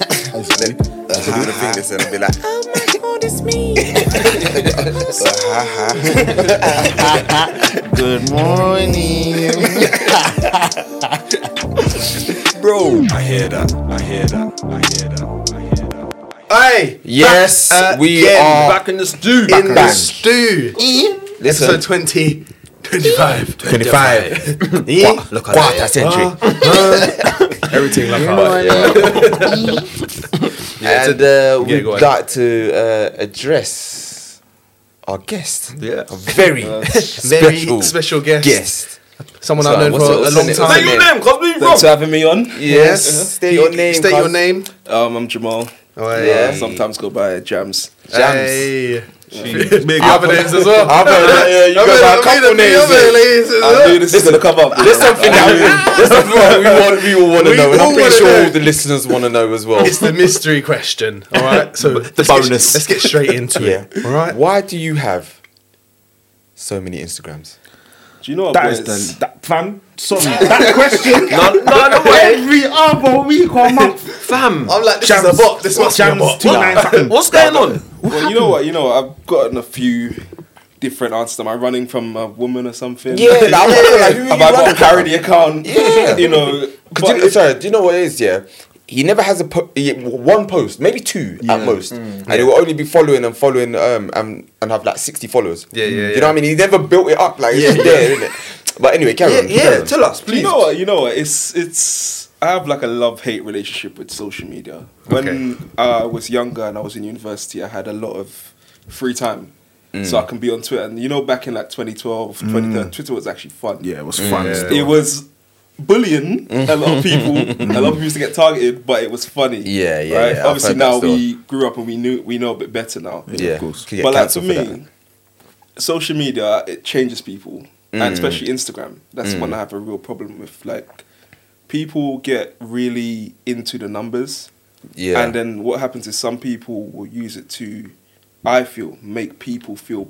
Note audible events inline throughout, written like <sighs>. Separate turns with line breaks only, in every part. then she'll do the fingers and I'll be like,
Oh my god, it's me.
Good morning.
bro, I hear that, I hear that, I hear that, I hear that.
Hey,
Yes,
back
we
again,
are
Back in the stew.
in the
again.
stew. Episode
Listen,
20, 25.
25.
Eh?
Look at quarter century.
Everything like that. Yeah. Yeah,
and uh,
yeah,
we'd
go ahead.
like to uh, address our guest.
Yeah.
A very,
Very
special,
special, guest.
guest.
Someone
So,
I've known
what's it-
for a
what's
long
it-
time.
what's
Say
it-
your name, cause we wrong.
Thanks for having me on.
Yes. State your
You-
name.
Uh-huh. State your
cuz.
name.
Um, I'm Jamal.
Oh,
Yeah.
Hey.
Sometimes go by Jams.
Jams.
Hey.
Big
Other names as well.
I've heard that.
yeah, you
I've
got
heard-
my
I've heard
couple
a few
names,
other
yeah.
ladies as well.
I knew this is gonna come up.
There's something that we, there's something that we, want, we all want to
We
know, and I'm
all
pretty
wanna
sure
know.
all the listeners want to know as well.
It's the mystery question. All right. So the
bonus.
let's get straight into
Yeah.
it. All right.
Why do you have so many Instagrams?
Do you know what
That
boys?
is the that fam. Sorry, that question.
No, no, no way.
Every other week or month, fam.
I'm like, this
Jams-
is a bot. This must be
Jams
a bot.
two nine fucking.
What's going on?
well, you know what? You know what? I've gotten a few different answers. Am I running from a woman or something? <laughs>
<laughs>
like, I'm wondering, like, who
Have
you
I
running
got
from?
a parody account?
Yeah.
You know.
Cause
but
do you,
it's-
sorry, do you know what it is? Yeah, he never has a po- he- one post, maybe two at most,
Mm.
and he will only be following and following um and, and have like sixty followers.
Yeah, yeah,
You
yeah.
know what I mean? He never built it up like it's just there, isn't it? But anyway, carry on. carry on.
us,
Do you know what? You know what? It's it's. I have like a love hate relationship with social media. When I was younger and I was in university, I had a lot of free time, so
Mm.
I can be on Twitter. And you know, back in like 2012, 2013, Twitter was actually fun.
Yeah, it was fun. still.
it was bullying a lot of people. a lot of people used to get targeted, but it was funny.
<laughs> Yeah, yeah, yeah, I've
Obviously,
heard that
now
story.
we grew up and we knew we know a bit better now
Yeah,
of course.
could get
but like for
cancelled
me,
for that.
social media it changes people,
Mm.
and especially Instagram. That's one I have a real problem with. Like, people get really into the numbers,
yeah,
and uh, then what happens is some people will use it to, I feel, make people feel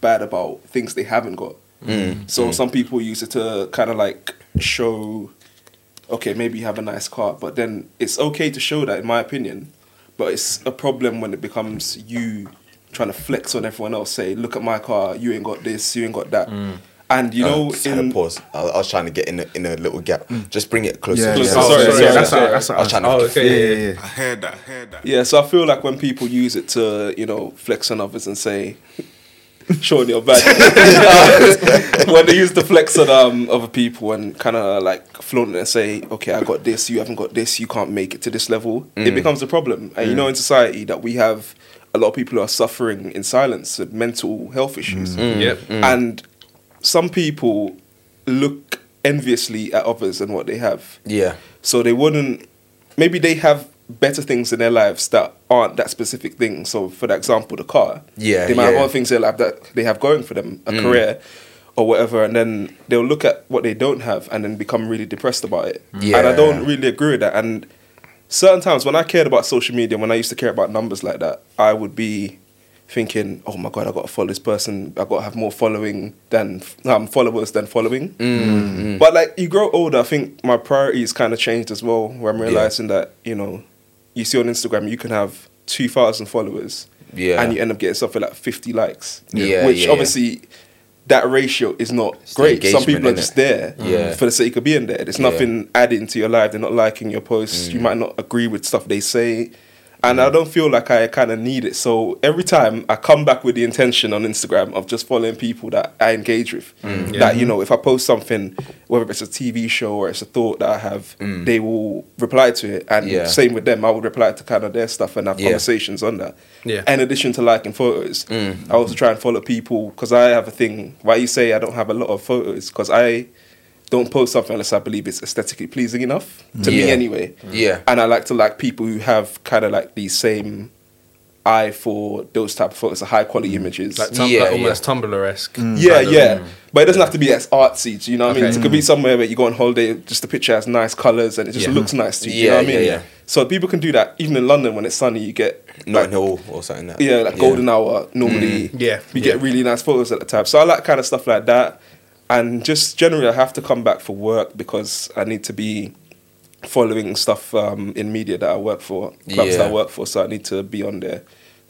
bad about things they haven't got.
Mm.
So some people use it to kind of like show, okay, maybe you have a nice car, but then it's okay to show that, in my opinion. But it's a problem when it becomes you trying to flex on everyone else. Say, look at my car. You ain't got this. You ain't got that. And you know,
Mm. Oh, just had a
in-
pause. I, I was trying to get in a, in a little gap. Just bring it closer.
Yeah,
closer.
yeah.
Sorry,
Sorry,
sorry,
yeah, that's
sorry.
what- that's what
I was trying to.
Oh,
okay.
yeah, yeah, yeah.
I heard that, I heard that.
Yeah, so I feel like when people use it to, you know, flex on others and say, <laughs> showing your <laughs> bad. when they use the flex on um, other people and kind of like flaunt it and say, okay, I got this, you haven't got this, you can't make it to this level, it becomes a problem. And you know, in society, that we have a lot of people who are suffering in silence with mental health issues.
Yep.
And some people look enviously at others and what they have
Yeah.
so they wouldn't maybe they have better things in their lives that aren't that specific thing so for example the car
Yeah,
they might have
yeah. Mm.
other things in their life that they have going for them a career or whatever and then they'll look at what they don't have and then become really depressed about it and i don't
Yeah.
really agree with that and certain times when i cared about social media when i used to care about numbers like that i would be thinking oh my god i gotta follow this person i gotta have more following than um, followers than following
Mm.
but like you grow older, I think my priorities kind of changed as well. Where I'm realizing that you know, you see on Instagram, you can have two thousand followers,
Yeah.
and you end up getting something like fifty likes,
Yeah,
which
yeah,
obviously that ratio is not
the
great. Some people are
engagement,
just there
Yeah.
for the sake of being there. There's
Yeah. Mm.
nothing adding to your life. They're not liking your posts. You might not agree with stuff they say. And I don't feel like I kind of need it. So every time I come back with the intention on Instagram of just following people that I engage with.
Mm.
That, you know, if I post something, whether it's a TV show or it's a thought that I have, they will reply to it. And
Mm. Yeah.
same with them, I would reply to kind of their stuff and have
Yeah.
conversations on that.
Yeah.
In addition to liking photos,
Mm.
I also try and follow people because I have a thing. Why you say I don't have a lot of photos? Because I don't post something unless I believe it's aesthetically pleasing enough to me
Yeah. Mm.
anyway.
Yeah.
And I like to like people who have kind of like the same eye for those type of photos, the high quality
Mm.
images. Mm.
Like, tum-
Yeah,
like
yeah.
almost Tumblr esque.
yeah, yeah.
mm.
But it doesn't have to be as artsy, do you know what I mean?
Okay.
It could be somewhere where you go on holiday, just the picture has nice colours and it just
Yeah.
looks nice to you,
Yeah,
you know what I
yeah,
mean?
yeah.
So people can do that even in London when it's sunny, you get
Not Hill or something like that.
yeah, like golden hour normally.
Yeah,
we get really nice photos at the time. So I like kind of stuff like that, and just generally I have to come back for work because I need to be following stuff um, in media that I work for, clubs that I
Yeah.
work for. So I need to be on there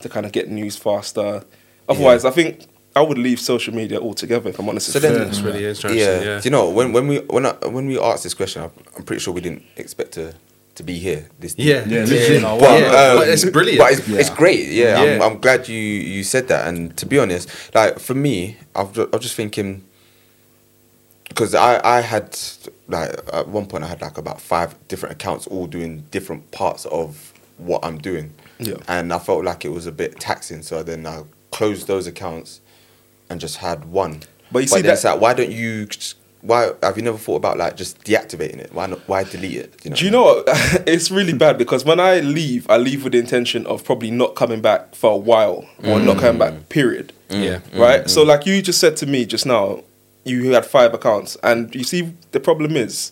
to kind of get news faster. Otherwise, I think I would leave social media altogether if I'm honest.
So
with you.
then-
That's really interesting.
Yeah.
Yeah.
Do you know when when we when I, when we asked this question, I'm, I'm pretty sure we didn't expect to to be here. This deep.
Yeah.
Yeah,
Yeah.
yeah,
But,
But,
um,
um,
but it's brilliant.
But it's, it's
Yeah.
great. Yeah, I'm,
Yeah.
I'm glad you you said that. And to be honest, like for me, I've ju- I'm just thinking because I I had like at one point I had like about five different accounts all doing different parts of what I'm doing.
Yeah.
And I felt like it was a bit taxing, so then I closed those accounts and just had one.
But you see
then it's
that-
like, why don't you? just- Why have you never thought about like just deactivating it? Why not? Why delete it?
Do you know what? <laughs> it's really bad because when I leave, I leave with the intention of probably not coming back for a while or not coming back, period.
Yeah.
Mm,
Right? So, like you just said to me just now, you had five accounts. And you see, the problem is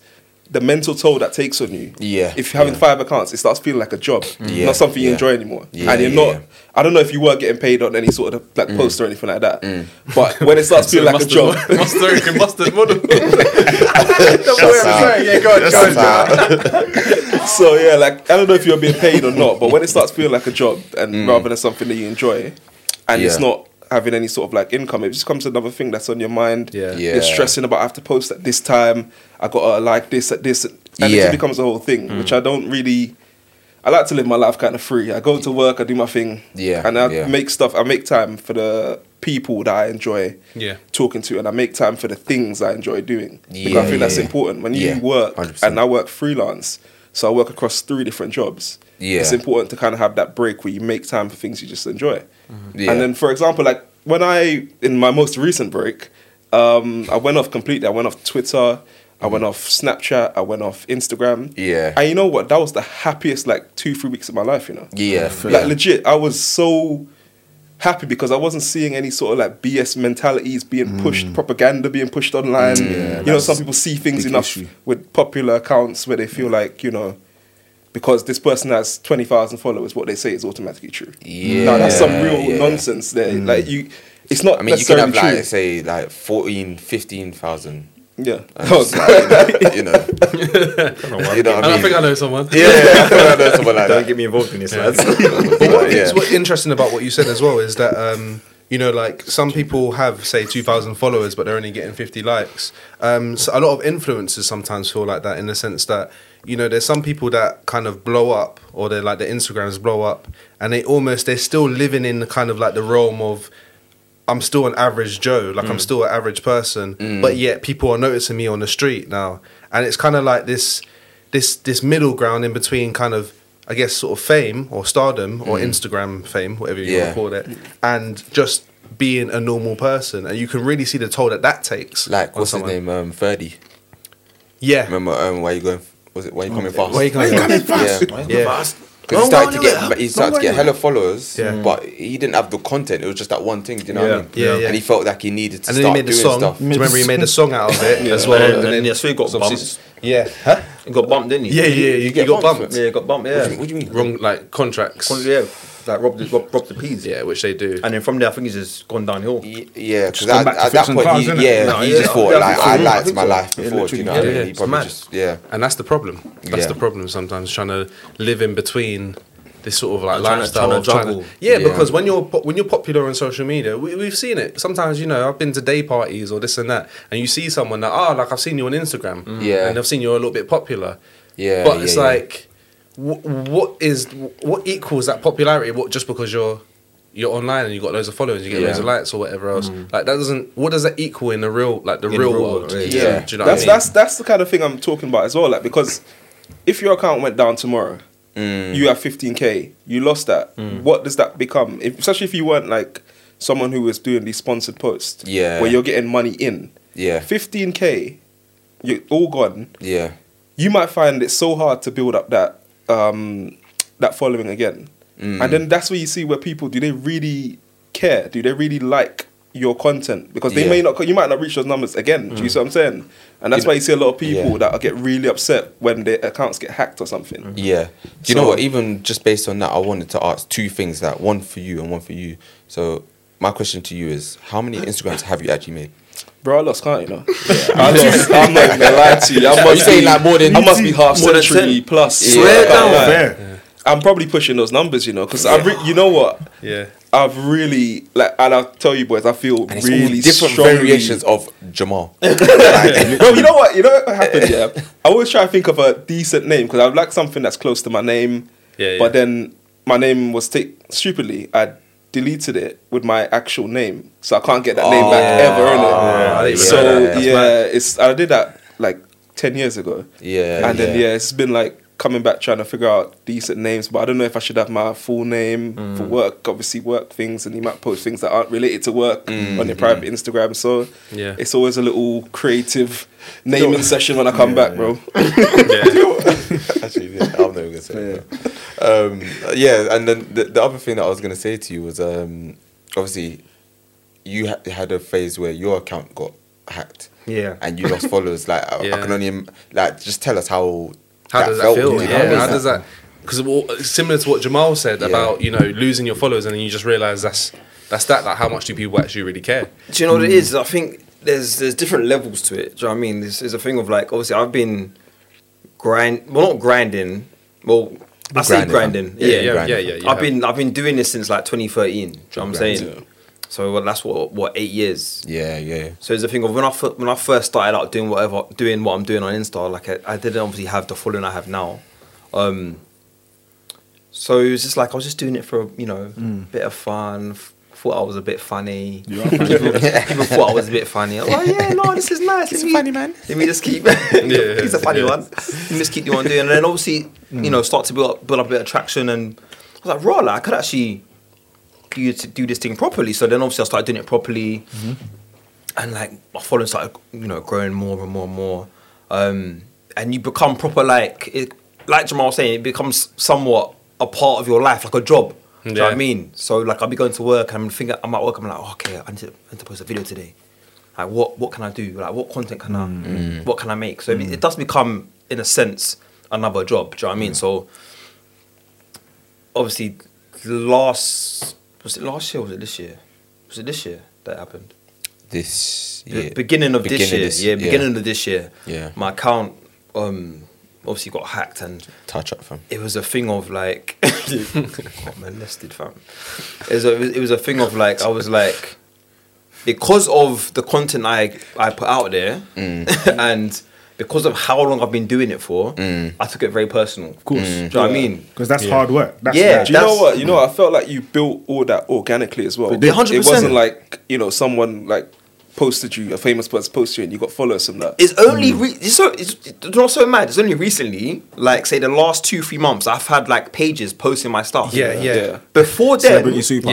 the mental toll that takes on you.
Yeah,
If you're having
yeah. Mm.
five accounts, it starts feeling like a job,
Yeah,
not something you
yeah.
enjoy anymore.
Yeah,
and you're
yeah,
not,
yeah. Mm.
I don't know if you were getting paid on any sort of like post or anything like that. But when it
<laughs>
starts feeling like a job, <laughs>
Mustard, mustard model.
Yeah, go
<laughs>
on,
So yeah, like I don't know if you're being paid or not, but when it starts feeling like a job and rather than something that you enjoy, and it's
Mm. Yeah.
not having any sort of like income, it just comes another thing that's on your mind.
Yeah.
Yeah.
You're stressing about I have to post at this time. I gotta like this at this, and it
Yeah.
just becomes a whole thing, which I don't really. I like to live my life kind of free. I go to work, I do my thing,
Yeah,
and I
yeah.
make stuff. I make time for the people that I enjoy
Yeah.
talking to, and I make time for the things I enjoy doing. because
Yeah,
I think
yeah,
that's
yeah.
important when you
Yeah,
work,
100%.
and I work freelance, so I work across three different jobs.
Yeah.
It's important to kind of have that break where you make time for things you just enjoy.
Mm-hmm. Yeah.
And then, for example, like when I, in my most recent break, um, I went off completely. I went off Twitter, I went off Snapchat, I went off Instagram.
Mm-hmm. Yeah.
And you know what? That was the happiest like two, three weeks of my life, you know?
Yeah,
Like legit, I was so happy because I wasn't seeing any sort of like BS mentalities
Mm.
being pushed, propaganda being pushed online. you know,
that's
some people see things
big
enough
issue.
with popular accounts where they feel
Mm.
like you know. Because this person has twenty thousand followers, what they say is automatically true. now that's some
Yeah,
real
yeah. Mm.
nonsense. There, like you, it's not
I mean, you could
necessarily
have like
true.
say like
<laughs>
14, 15,000.
yeah.
and
Oh,
just, like, you know, you know what
And
I
I
mean?
think I
<laughs>
know someone.
yeah, yeah, I feel like I know someone like
Don't
that.
get me involved in this, lads.
<laughs> But what I think
Yeah.
is what interesting about what you said as well is that um, you know, like some people have say two thousand followers, but they're only getting fifty likes. Um, so a lot of influencers sometimes feel like that in the sense that you know, there's some people that kind of blow up, or they're like their Instagrams blow up, and they almost they're still living in the kind of like the realm of. I'm still an average Joe, like
Mm.
I'm still an average person, but yet people are noticing me on the street now, and it's kind of like this, this, this middle ground in between, kind of, I guess, sort of fame or stardom or Instagram fame, whatever you
Mm. Yeah.
want to call it, and just being a normal person, and you can really see the toll that that takes.
Like,
on
what's
someone.
his name? Um, 30.
Yeah,
Remember, um, where you going? Was it where you coming fast?
Where You Coming Where You Coming
Fast? <laughs> Yeah.
yeah,
Because he started to get, he started to get hella followers,
Yeah.
but he didn't have the content. It was just that one thing, do you know
Yeah.
what I mean?
Yeah, yeah.
And he felt like he needed to
and then he
start
made the
doing
song.
stuff.
Do you remember he made the song out of
<laughs>
it as well?
And then yeah, so he got
so obviously-
bumped.
Yeah, huh?
He got bumped, didn't he?
yeah, yeah. You,
get
you got
bumped.
bumped.
Yeah, he got bumped.
What do
Yeah,
you- What do you mean?
Wrong, like contracts.
yeah, like robbed, the- robbed, robbed the peas.
Yeah, which they do.
and then from there, I think he's just gone downhill.
Y- Yeah, because
Just come
at,
back
at
to
that
fixing
point,
cars,
he,
innit?
yeah,
No,
he
yeah.
just thought
Yeah, I
like
think so.
I
I
liked
think
my
so.
life before, do you know what I
yeah,
mean?
yeah,
he
it's
probably
mad.
just yeah.
And that's the problem. That's
Yeah.
the problem sometimes trying to live in between this sort of like
Trying to-
lifestyle
trying
of
to
trying
juggle.
to, yeah,
Yeah.
because when you're po- when you're popular on social media, we, we've seen it. Sometimes you know I've been to day parties or this and that, and you see someone that oh like I've seen you on Instagram,
Yeah.
and I've seen you're a little bit popular,
Yeah,
but
yeah,
it's
yeah.
like wh- what is what equals that popularity? What just because you're you're online and you got loads of followers, you get
Yeah.
loads of likes or whatever else. Like that doesn't. What does that equal in the real like the
the
real
real
world?
yeah.
world,
do you know what I
that's
mean?
that's that's the kind of thing I'm talking about as well. Like because if your account went down tomorrow,
Mm.
you have 15k, you lost that. What does that become? If, especially if you weren't like someone who was doing these sponsored posts,
Yeah.
where you're getting money in,
Yeah.
15k, you're all gone.
Yeah.
You might find it so hard to build up that um, that following again,
Mm.
and then that's where you see where people do they really care? Do they really like? Your content because they
Yeah.
may
Mm.
not, you might not reach those numbers again. Do you see what I'm saying? And that's why you see a lot of people
Yeah. Mm-hmm.
that get really upset when their accounts get hacked or something.
Yeah. Do you know
So-
what? Even just based on that, I wanted to ask two things that one for you and one for you. So, my question to you is how many Instagrams have you actually made?
Bro, I lost count, you know. <laughs> I lost. I'm not even gonna lie to you. I must
saying
be
like more than-
I must be half
More than
century
10.
plus.
Yeah.
I can't
down.
lie. I'm probably pushing those numbers, you know, because I, re- you know what,
Yeah.
I've really like, and I'll tell you boys, I feel
And it's all
really
different
strongly-
variations
<laughs>
of Jamal.
Bro, you know what? You know what happened? Yeah, I always try to think of a decent name because I'd like something that's close to my name.
Yeah,
But
yeah.
then my name was take stupidly. I deleted it with my actual name, so I can't get that name
Oh.
back ever.
I
Innit?
didn't even
so
know
yeah,
that, yeah. That's
it's I did that like ten years ago.
Yeah,
and then
yeah.
yeah, it's been like coming back trying to figure out decent names, but I don't know if I should have my full name for
Mm.
work. Obviously, work things, and you might post things that aren't related to work on your private Instagram. So
Mm. Yeah.
it's always a little creative
<laughs>
naming session when I come back, bro.
<laughs> Actually, yeah, I'm never gonna say it. Um, yeah, and then the, the other thing that I was gonna say to you was um, obviously you ha- had a phase where your account got hacked.
Yeah.
And you
<laughs>
lost followers. Like I, I
Yeah.
can only im- like just tell us how.
How does that feel?
to you.
Yeah,
was
how does that? Because well, similar to what Jamal said
Yeah.
about you know losing your followers, and then you just realize that's that's that. Like, how much do people actually really care?
Do you know what it is? I think there's there's different levels to it. Do you know what I mean? This is a thing of like obviously I've been grind well not grinding. Well I say
grinding, fam.
grinding.
Yeah,
Yeah,
you
yeah,
grinding, fam.
yeah. I've
You have.
been I've been doing this since like 2013. Do you know what I'm
Grinding.
saying? So well, that's what what eight years.
Yeah, yeah.
So it's a thing of when I fir- when I first started out doing whatever doing what I'm doing on Insta, like I, I didn't obviously have the following I have now. Um, so it was just like I was just doing it for you know bit of fun. f- Thought I was a bit funny. people, <laughs> people thought I was a bit funny. I was like, yeah, no, this is nice. It's funny man. <laughs> Let me just keep. He's a funny
yeah.
one. Let me just keep doing what I'm doing, and then obviously you know start to build up, build up a bit of traction. And I was like, raw, like, I could actually do this, do this thing properly. So then obviously I started doing it properly and like my following started you know growing more and more and more um and you become proper like it like jamal was saying it becomes somewhat a part of your life like a job do you know what i
Yeah.
mean so like i'll be going to work and i'm thinking i'm at work i'm like oh, okay i need, to, I need to post a video today like what what can i do like what content can i what can i make so it, it does become in a sense another job do you know what i mean so obviously last was it last year or was it this year was it this year that happened
This
the
yeah.
beginning of this
Beginning
year.
this-
yeah,
yeah.
beginning of this year.
Yeah.
My account um obviously got hacked and
touch up from.
it was a thing of like <laughs> oh got molested fam. It was, a, it was a thing of like I was like because of the content I I put out there
Mm.
<laughs> and because of how long I've been doing it for, I took it very personal. Of
course.
Mm.
Do you know what I mean?
Because that's hard work. That's
Yeah.
bad.
Do you know
That's-
what? You know, I felt like you built all that organically as well.
did. 100%.
It wasn't like you know someone like posted you a famous person posted you and you got followers from that.
It's only
Hmm.
re- it's so it's, it's not so mad. It's only recently, like say the last two three months, I've had like pages posting my stuff.
Yeah, yeah, yeah.
Yeah.
Before then,
Celebrity super.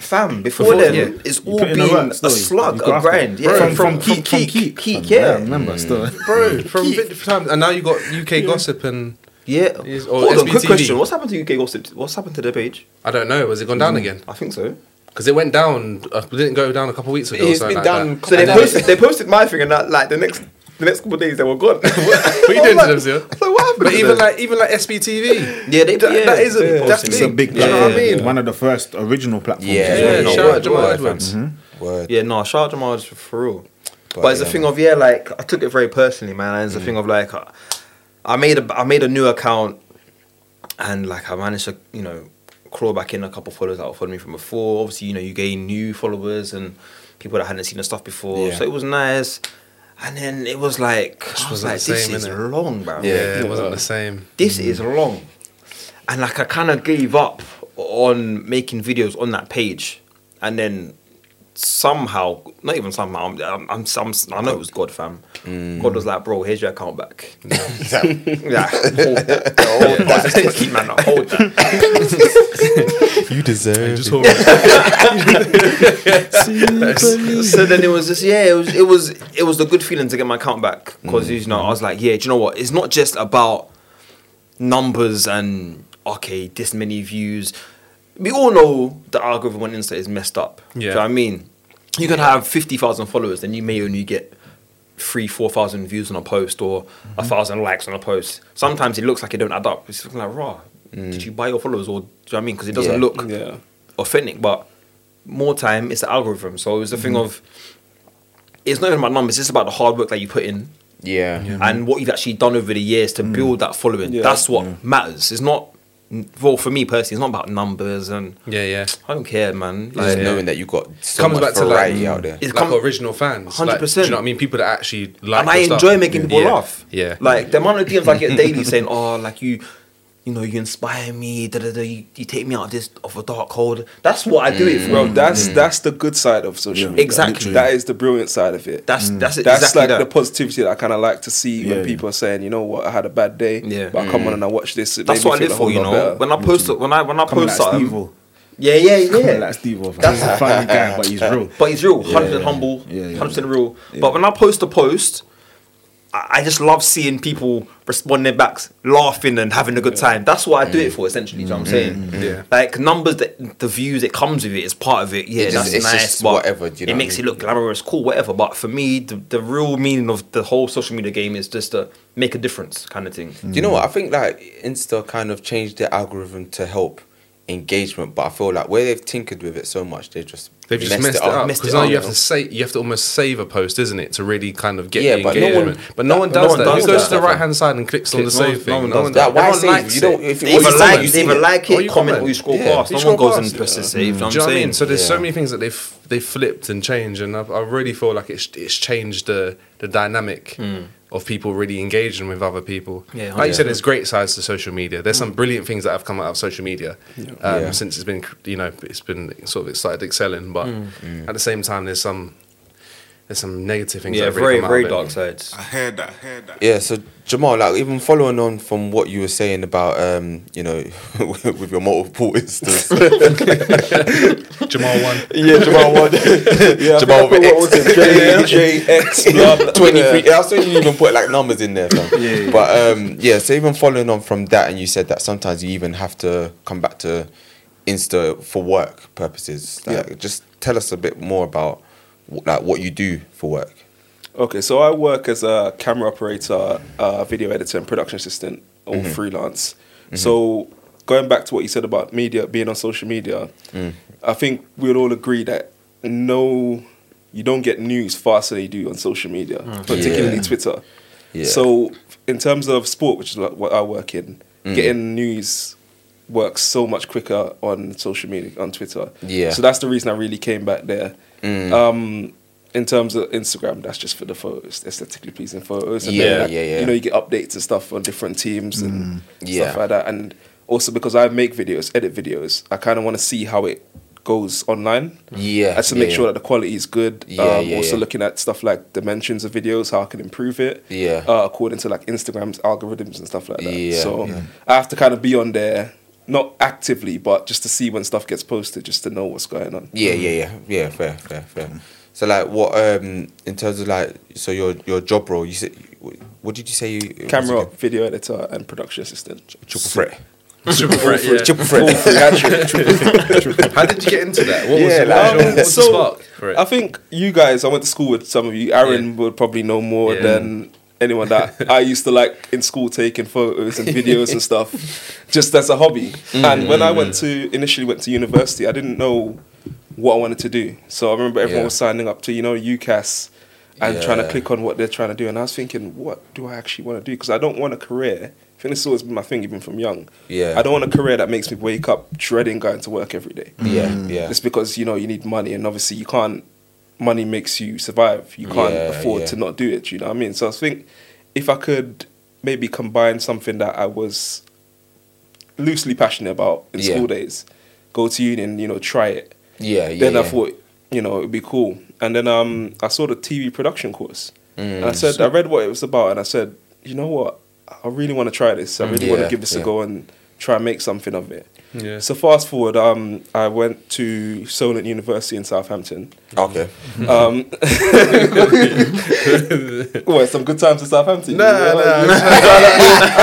fam, before,
Before-
then,
yeah.
it's
You
all
put in
been
the work
a
still.
slug,
You go
a
after it.
grind.
Bro,
Yeah, from, from,
from-
Keek,
from
Keek,
Keek,
Keek,
fam. I
yeah.
remember still.
Bro, from bit times, and now you got UK gossip, and
Yeah.
Is- or
Hold on, quick
SBTV.
question. What's happened to UK Gossip? What's happened to their page?
I don't know, has it gone down again?
I think so.
Because it went down, uh, didn't go down a couple of weeks ago. or
It's
something like
been
that.
down
So they
And then-
posted, they posted my thing and that, like the next the next couple of days they were gone.
<laughs>
what <laughs>
What are you doing to them, Seal?
So what happened?
But
to
even
them?
like even like SBTV,
yeah, they,
that-
yeah,
that is a-
they
that's
posted
It's
it.
a big,
Yeah,
platform.
yeah, yeah.
One of the first original platforms.
Yeah,
as well.
yeah,
no,
shout out
word,
Jamal
word,
Edwards.
fam. <laughs> Word.
Mm-hmm. Yeah, no, shout out Jamal is for real. But, it's a
yeah,
thing
man.
of yeah, like I took it very personally, man. And it's a thing of like I, I made a I made a new account, and like I managed to you know claw back in a couple followers that were following me from before. Obviously, you know you gain new followers and people that hadn't seen the stuff before,
Yeah.
so it was nice. And then it was like I was
wasn't
like,
the
this
same,
is
innit?
long, bro.
yeah, it wasn't the same.
This is long, and like I kind of gave up on making videos on that page, and then somehow, not even somehow, I'm, I'm, I'm, I'm I know it was God, fam. God was like, bro, here's your account back. yeah, hold that. Hold that. Keep man, hold that.
You deserve.
Just hold on.
So then it was just yeah, it was it was it was a good feeling to get my account back because you know I was like, yeah, do you know what? It's not just about numbers and okay, this many views. We all know the algorithm on Insta is messed up. Do you
Yeah.
know what I mean? You can have fifty thousand followers, then you may only get three, four thousand views on a post or a thousand likes on a post. Sometimes it looks like it don't add up. It's looking like raw. Did you buy your followers or do you know what I mean? Because it doesn't
Yeah.
look
Yeah.
authentic, but more time it's the algorithm. So it was a thing of it's not even about numbers. It's about the hard work that you put in
Yeah.
and what you've actually done over the years to build that following.
Yeah.
That's what matters. It's not well for me personally. It's not about numbers and
Yeah, yeah.
I don't care, man.
Just
Like,
knowing that you got so
Comes
much
back to, like,
variety out there.
It's
like
come-
original fans. Hundred
100%.
percent. You know what I mean? People that actually like.
and I
your stuff.
enjoy making people
Yeah.
laugh.
Yeah.
Like the amount of DMs I
<laughs>
get daily saying, "Oh, like you, you know, you inspire me. Da da da. You, you take me out of this of a dark hole." That's what I do it for.
Bro,
Mm.
that's that's the good side of social media.
Exactly.
Mm. Literally. That is the brilliant side of it.
That's that's it,
That's
exactly
like
that.
the positivity that I kind of like to see
Yeah.
when people are saying, you know what, I had a bad day,
Yeah.
but I come on and I watch this. It
that's
made me
what I
feel
live
a whole
for, you
lot
know.
better.
When I post, when I when I
Coming
post
like
something,
Steve O.
yeah, yeah, yeah.
Like Steve O. That's a funny guy, but he's real.
But he's real, hundred
yeah.
percent humble,
Yeah, yeah.
hundred percent real. But when I post a post, I, I just love seeing people responding back, laughing and having a good time. That's what I do it for, essentially. Do you know what I'm saying?
Yeah.
Like numbers, the, the views that comes with it is part of it. Yeah,
It just-
that's
it's
nice.
just
but
whatever, do you know
it
what
makes
I mean?
it look glamorous, cool, whatever. But for me, the, the real meaning of the whole social media game is just to make a difference, kind of thing.
Do you
Mm.
know what? I think like Insta kind of changed their algorithm to help engagement, but I feel like where they've tinkered with it so much, they just
They've just messed, it up
messed
because
it
now
up,
you have
you know.
to say you have to almost save a post, isn't it, to really kind of get
Yeah,
the
but no one-
engagement. but no
that-
one
no
does
one
that.
does
Who goes
that.
to the right hand side and clicks on the
no-
save
no
thing?
one does that.
That why
Everyone
save?
likes
You don't.
it.
If
They
all you
even
see
like,
is
they
you-
even like
Or
it,
you
comment,
comment.
or you scroll
Yeah,
past.
you
No
scroll
one goes
past,
and presses save. You know
Do
what
you know
I'm
what I
saying?
mean? So there's so
Yeah.
many things that they've they've flipped and changed, and I, I really feel like it's it's changed the the dynamic of people really engaging with other people.
Hmm. Yeah,
like you said,
100%.
there's great sides to social media. There's some brilliant things that have come out of social media um,
Yeah.
since it's been cr- you know it's been sort of it started excelling, but at the same time, there's some there's some negative things. that
Hmm. Yeah,
have really
very,
come out
very
of it.
dark sides.
I heard that. I heard that.
Yeah, so Jamal, like even following on from what you were saying about, um, you know, <laughs> with your multiple instas.
<laughs> Jamal one.
<laughs> yeah, Jamal one.
yeah, I think I
Jamal
put
with
what was it? J-
<laughs>
JX, blah, blah,
Twenty-three.
yeah.
I saw you even put like numbers in there. Fam.
Yeah, yeah.
But um, yeah, so even following on from that, and you said that sometimes you even have to come back to Insta for work purposes. Like,
Yeah.
Just tell us a bit more about wh- like what you do for work.
Okay, so I work as a camera operator, uh, video editor, and production assistant, all
Mm-hmm.
freelance. So going back to what you said about media being on social media,
Mm.
I think we'll all agree that no, you don't get news faster than you do on social media, particularly
Yeah.
Twitter.
Yeah.
So in terms of sport, which is like what I work in,
Mm.
getting news works so much quicker on social media on Twitter.
Yeah.
So that's the reason I really came back there. Um, in terms of Instagram, that's just for the photos, aesthetically pleasing photos. And
Yeah,
then, like,
yeah, yeah. Mm,
You know, you get updates and stuff on different teams and
yeah.
stuff like that. And also because I make videos, edit videos, I kind of want to see how it goes online.
Yeah,
As to make
yeah,
sure
yeah.
that the quality is good.
Yeah,
um,
yeah,
also
yeah.
looking at stuff like dimensions of videos, how I can improve it.
Yeah.
Uh, according to like Instagram's algorithms and stuff like that.
Yeah,
So
yeah.
I have to kind of be on there, not actively, but just to see when stuff gets posted, just to know what's going on.
Yeah, yeah, yeah, yeah. Fair, fair, fair. So like, what um in terms of like, so your your job role, you said, what did you say? You it was
Camera,
again?
video editor, and production assistant.
triple threat.
Triple threat, yeah.
Triple threat.
Full hat trick, triple
How did you get into that? What was,
Yeah,
it?
like-
what was your
um, So,
spark for it?
I think you guys, I went to school with some of you. Aaron would probably know more
Yeah.
than anyone
<laughs>
that I used to like in school taking photos and videos and stuff,
<laughs>
just as a hobby.
Mm.
And when I went to initially went to university, I didn't know what I wanted to do. So I remember everyone
Yeah.
was signing up to you know UCAS and trying to
Yeah.
click on what they're trying to do. And I was thinking, what do I actually want to do? Because I don't want a career. I think this has always been my thing, even from young.
Yeah.
I don't want a career that makes me wake up dreading going to work every day.
Yeah, yeah.
Mm. It's because you know you need money, and obviously you can't. Money makes you survive. You can't
Yeah,
afford
yeah.
to not do it. do You know what I mean? So I think if I could maybe combine something that I was loosely passionate about in
Yeah.
school days, go to union, you know, try it.
Yeah, yeah.
then I
yeah.
thought, you know, it'd be cool. And then um, I saw the TV production course,
Mm.
and I said, I read what it was about, and I said, you know what, I really want to try this. I really want
Mm, Yeah,
to give this
yeah.
a go and try and make something of it.
Yeah.
So fast forward, um, I went to Solent University in
<laughs>
Southampton.
Okay.
Um, well, some good times in Southampton.
Oh, Nah,
You know,
<laughs>
you
nah, nah.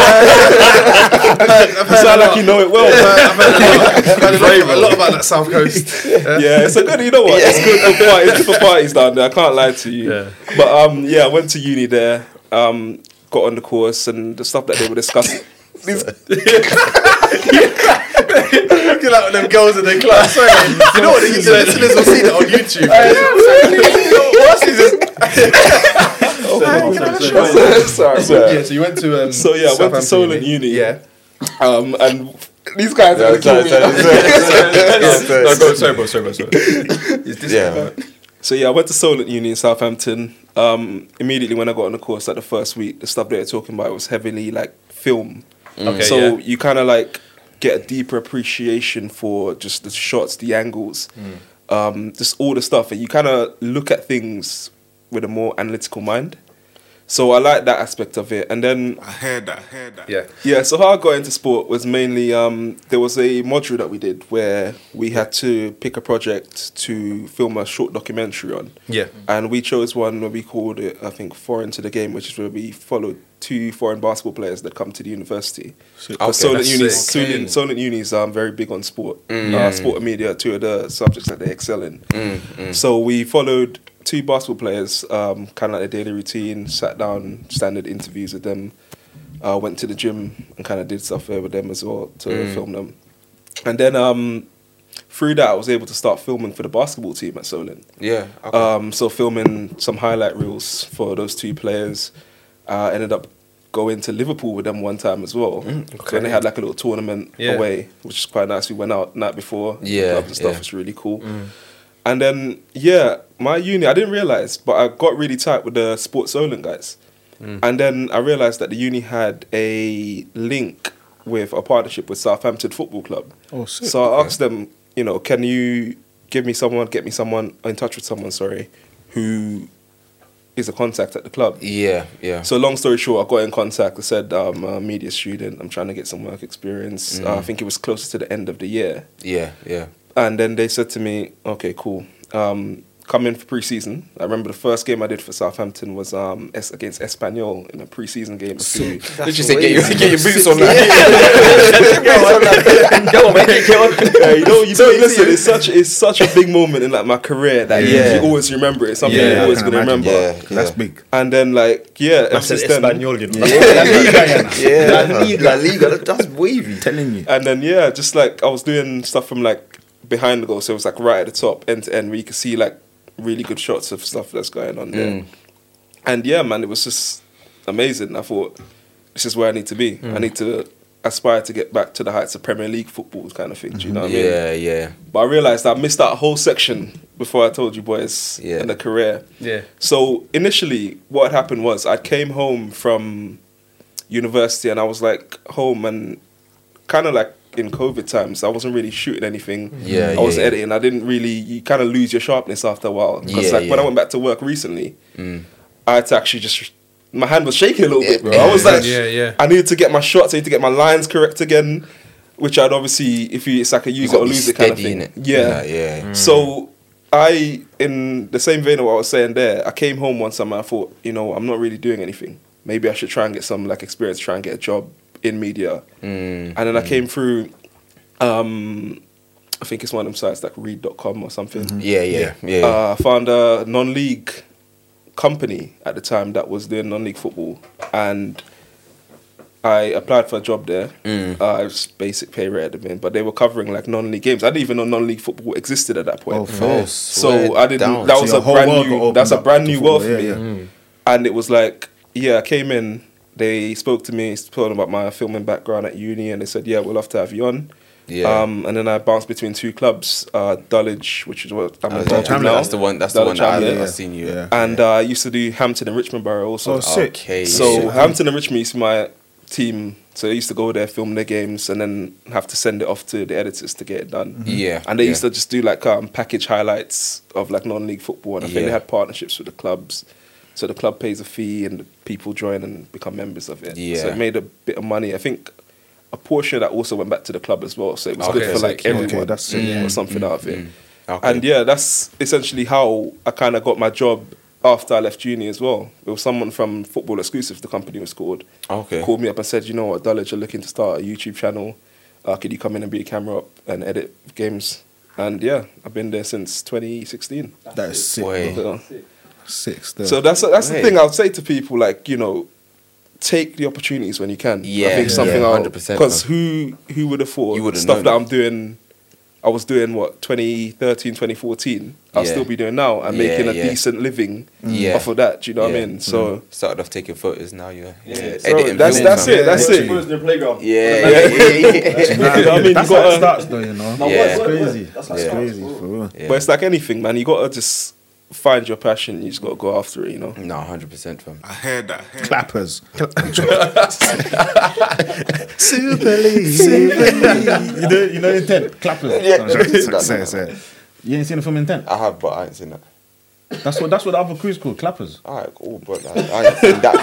sound like you know it
<laughs>
well.
I've heard a lot about that South
<laughs>
Coast.
yeah, it's a good. You know what? It's good for parties, it's good for parties down there. I can't lie to you.
Yeah.
But um, yeah, I went to uni there. Um, got on the course and the stuff that they were discussing.
Looking at them girls in the
<laughs>
class. Sorry, you know what? The, the listeners will see that on YouTube.
Sorry,
yeah, so you went to um,
So yeah, I went to
Southampton
Solent Uni.
Yeah,
Um, and these guys are
Yeah,
gonna kill
sorry,
me.
sorry, sorry,
No,
sorry.
go, sorry, bro, sorry, bro, sorry.
Yeah,
<laughs> So yeah, I went to Solent Uni in Southampton. Um, immediately when I got on the course, like the first week, the stuff they were talking about was heavily like film.
Mm. Okay,
so
yeah.
you kind of like get a deeper appreciation for just the shots, the angles,
Mm.
um, just all the stuff, and you kind of look at things with a more analytical mind. So I like that aspect of it, and then
I heard that. I heard that.
yeah.
yeah, so how I got into sport was mainly um, there was a module that we did where we had to pick a project to film a short documentary on.
Yeah.
Mm-hmm. And we chose one where we called it, I think, Foreign to the Game, which is where we followed two foreign basketball players that come to the university.
Okay,
Because Solent
that's
Uni's,
sick.
Solent- Solent Uni's um, very big on sport, uh, sport and media, two of the subjects that they excel in. So we followed two basketball players, um, kind of like their daily routine, sat down, standard interviews with them, uh, went to the gym and kind of did stuff there with them as well to film them. And then um, through that, I was able to start filming for the basketball team at Solent.
yeah. Okay.
Um, so filming some highlight reels for those two players. Uh, ended up going to Liverpool with them one time as well.
Mm,
When they had like a little tournament
Yeah.
away, which is quite nice. We went out night before.
Yeah,
club and stuff
yeah. Mm.
was really cool. And then yeah, my uni I didn't realize, but I got really tight with the Sports Solent guys. And then I realized that the uni had a link with a partnership with Southampton Football Club.
Oh, sick.
So I asked them, you know, can you give me someone, get me someone in touch with someone, sorry, who is a contact at the club.
yeah, yeah.
So long story short, I got in contact. I said I'm a media student. I'm trying to get some work experience. Uh, I think it was closer to the end of the year,
yeah, yeah.
and then they said to me, "Okay, cool. Um, come in for pre-season." I remember the first game I did for Southampton was um, Es- against Espanyol in a pre-season game.
Did you say get your get your boots on? that?
<laughs> Yeah, you know, you so listen, it's such it's such a big moment in like my career that you-
Yeah.
you, always remember. it. It's something
Yeah,
you're
I
always
can
gonna
imagine.
remember.
Yeah,
That's
yeah.
big.
And then like yeah, ever
That's an
since then,
Espanol, you know.
Yeah.
La Liga, La Liga, that- that's wavy.
Telling you.
and then yeah, just like I was doing stuff from like behind the goal, so it was like right at the top, end to end, where you could see like really good shots of stuff that's going on there. And yeah, man, it was just amazing. I thought this is where I need to be. I need to aspire to get back to the heights of Premier League football, kind of thing. Do you know what I mean?
Yeah, yeah.
But I realized I missed that whole section before I told you boys
Yeah.
in the career.
Yeah.
So initially, what had happened was I came home from university and I was like home and kind of like in COVID times, I wasn't really shooting anything.
Yeah,
I
yeah,
was
yeah.
editing. I didn't really. You kind of lose your sharpness after a while because
Yeah,
like when
yeah. Mm.
I went back to work recently, I had to actually just. My hand was shaking a little bit, bro. I was like,
Yeah, yeah.
I needed to get my shots. I need to get my lines correct again, which I'd obviously, if you, it's like a use it
gotta
or
be
lose it kind of
steady,
thing.
innit?
Yeah,
Yeah, yeah.
So I, in the same vein of what I was saying there, I came home one summer. I thought, you know, I'm not really doing anything. Maybe I should try and get some like experience, try and get a job in media.
Mm,
And then I came through. Um, I think it's one of them sites like Read.com or something.
Yeah, yeah, yeah.
Uh, I found a non-league company at the time that was doing non-league football, and I applied for a job there.
Mm.
Uh, it was basic pay rate at the minute, but they were covering like non-league games. I didn't even know non-league football existed at that point.
Oh, false.
So I didn't.
down.
That
So
was
your
a
whole world
brand
got
new.
opened
That's a
up
brand
to
new
football,
world for
yeah, Mm.
me.
yeah.
And it was like, yeah, I came in. They spoke to me, told them about my filming background at uni, and they said, yeah, we'll have to have you on.
Yeah.
Um, and then I bounced between two clubs, uh, Dulwich, which is what I'm
Oh,
involved
yeah.
in now.
That's the one. That's the
Dulwich
one that
Hamlet.
I,
yeah.
I seen you.
Yeah.
at.
And uh, I used to do Hampton and Richmond Borough also.
Oh, sick.
Okay.
so
yeah.
Hampton and Richmond used to be my team. So I used to go there, film their games, and then have to send it off to the editors to get it done.
Mm-hmm.
Yeah,
And they
yeah.
used to just do like um, package highlights of like non-league football, and I think
Yeah.
they had partnerships with the clubs. So the club pays a fee, and the people join and become members of it. So
Yeah.
it made a bit of money. I think a portion of that also went back to the club as well. So it was
Okay,
good for
so
like
okay,
everyone
that's it.
or something out of it.
Mm, Okay.
And yeah, that's essentially how I kind of got my job after I left uni as well. It was someone from Football Exclusive, the company was called,
Okay.
called me up and said, you know what, Dulwich are looking to start a YouTube channel. Uh, could you come in and be a camera up and edit games? And yeah, I've been there since 2016.
That is sick.
Wait.
bro.
So,
Sick stuff.
so that's that's
Hey.
the thing I'll say to people, like you know, take the opportunities when you can. I
Yeah,
think something
yeah,
out
100%,
because
man.
who who would have thought
You would've
stuff
known.
that I'm doing. I I was doing what 2013, 2014, I'll
Yeah.
still be doing now and
Yeah,
making a
yeah.
decent living
Yeah.
off of that. Do you know what
Yeah. Mm. Mm-hmm.
I mean? So.
Started off taking photos. Now you're yeah.
So that's that's it. That's it.
Footballers in the
<laughs>
playground.
Yeah, yeah, yeah, <laughs> yeah.
<laughs> You know what I mean, you
That's how it
gotta-
starts, though, you know.
Yeah.
Now, what-
It's
what- what-
crazy.
That's
It's
like
crazy for real. <laughs>
Yeah.
but it's like anything, man. You gotta just find your passion. You just gotta go after it. You know.
No, hundred percent, fam.
I heard that.
Clappers. Super League. Super League. <laughs> You know, you know Intent? Clappers.
Yeah.
No, sorry, sorry, sorry, sorry. You ain't seen the film Intent?
I have, but I ain't seen that.
That's what that's what the other crew's called, Clappers.
Alright, cool, but like, I ain't seen that.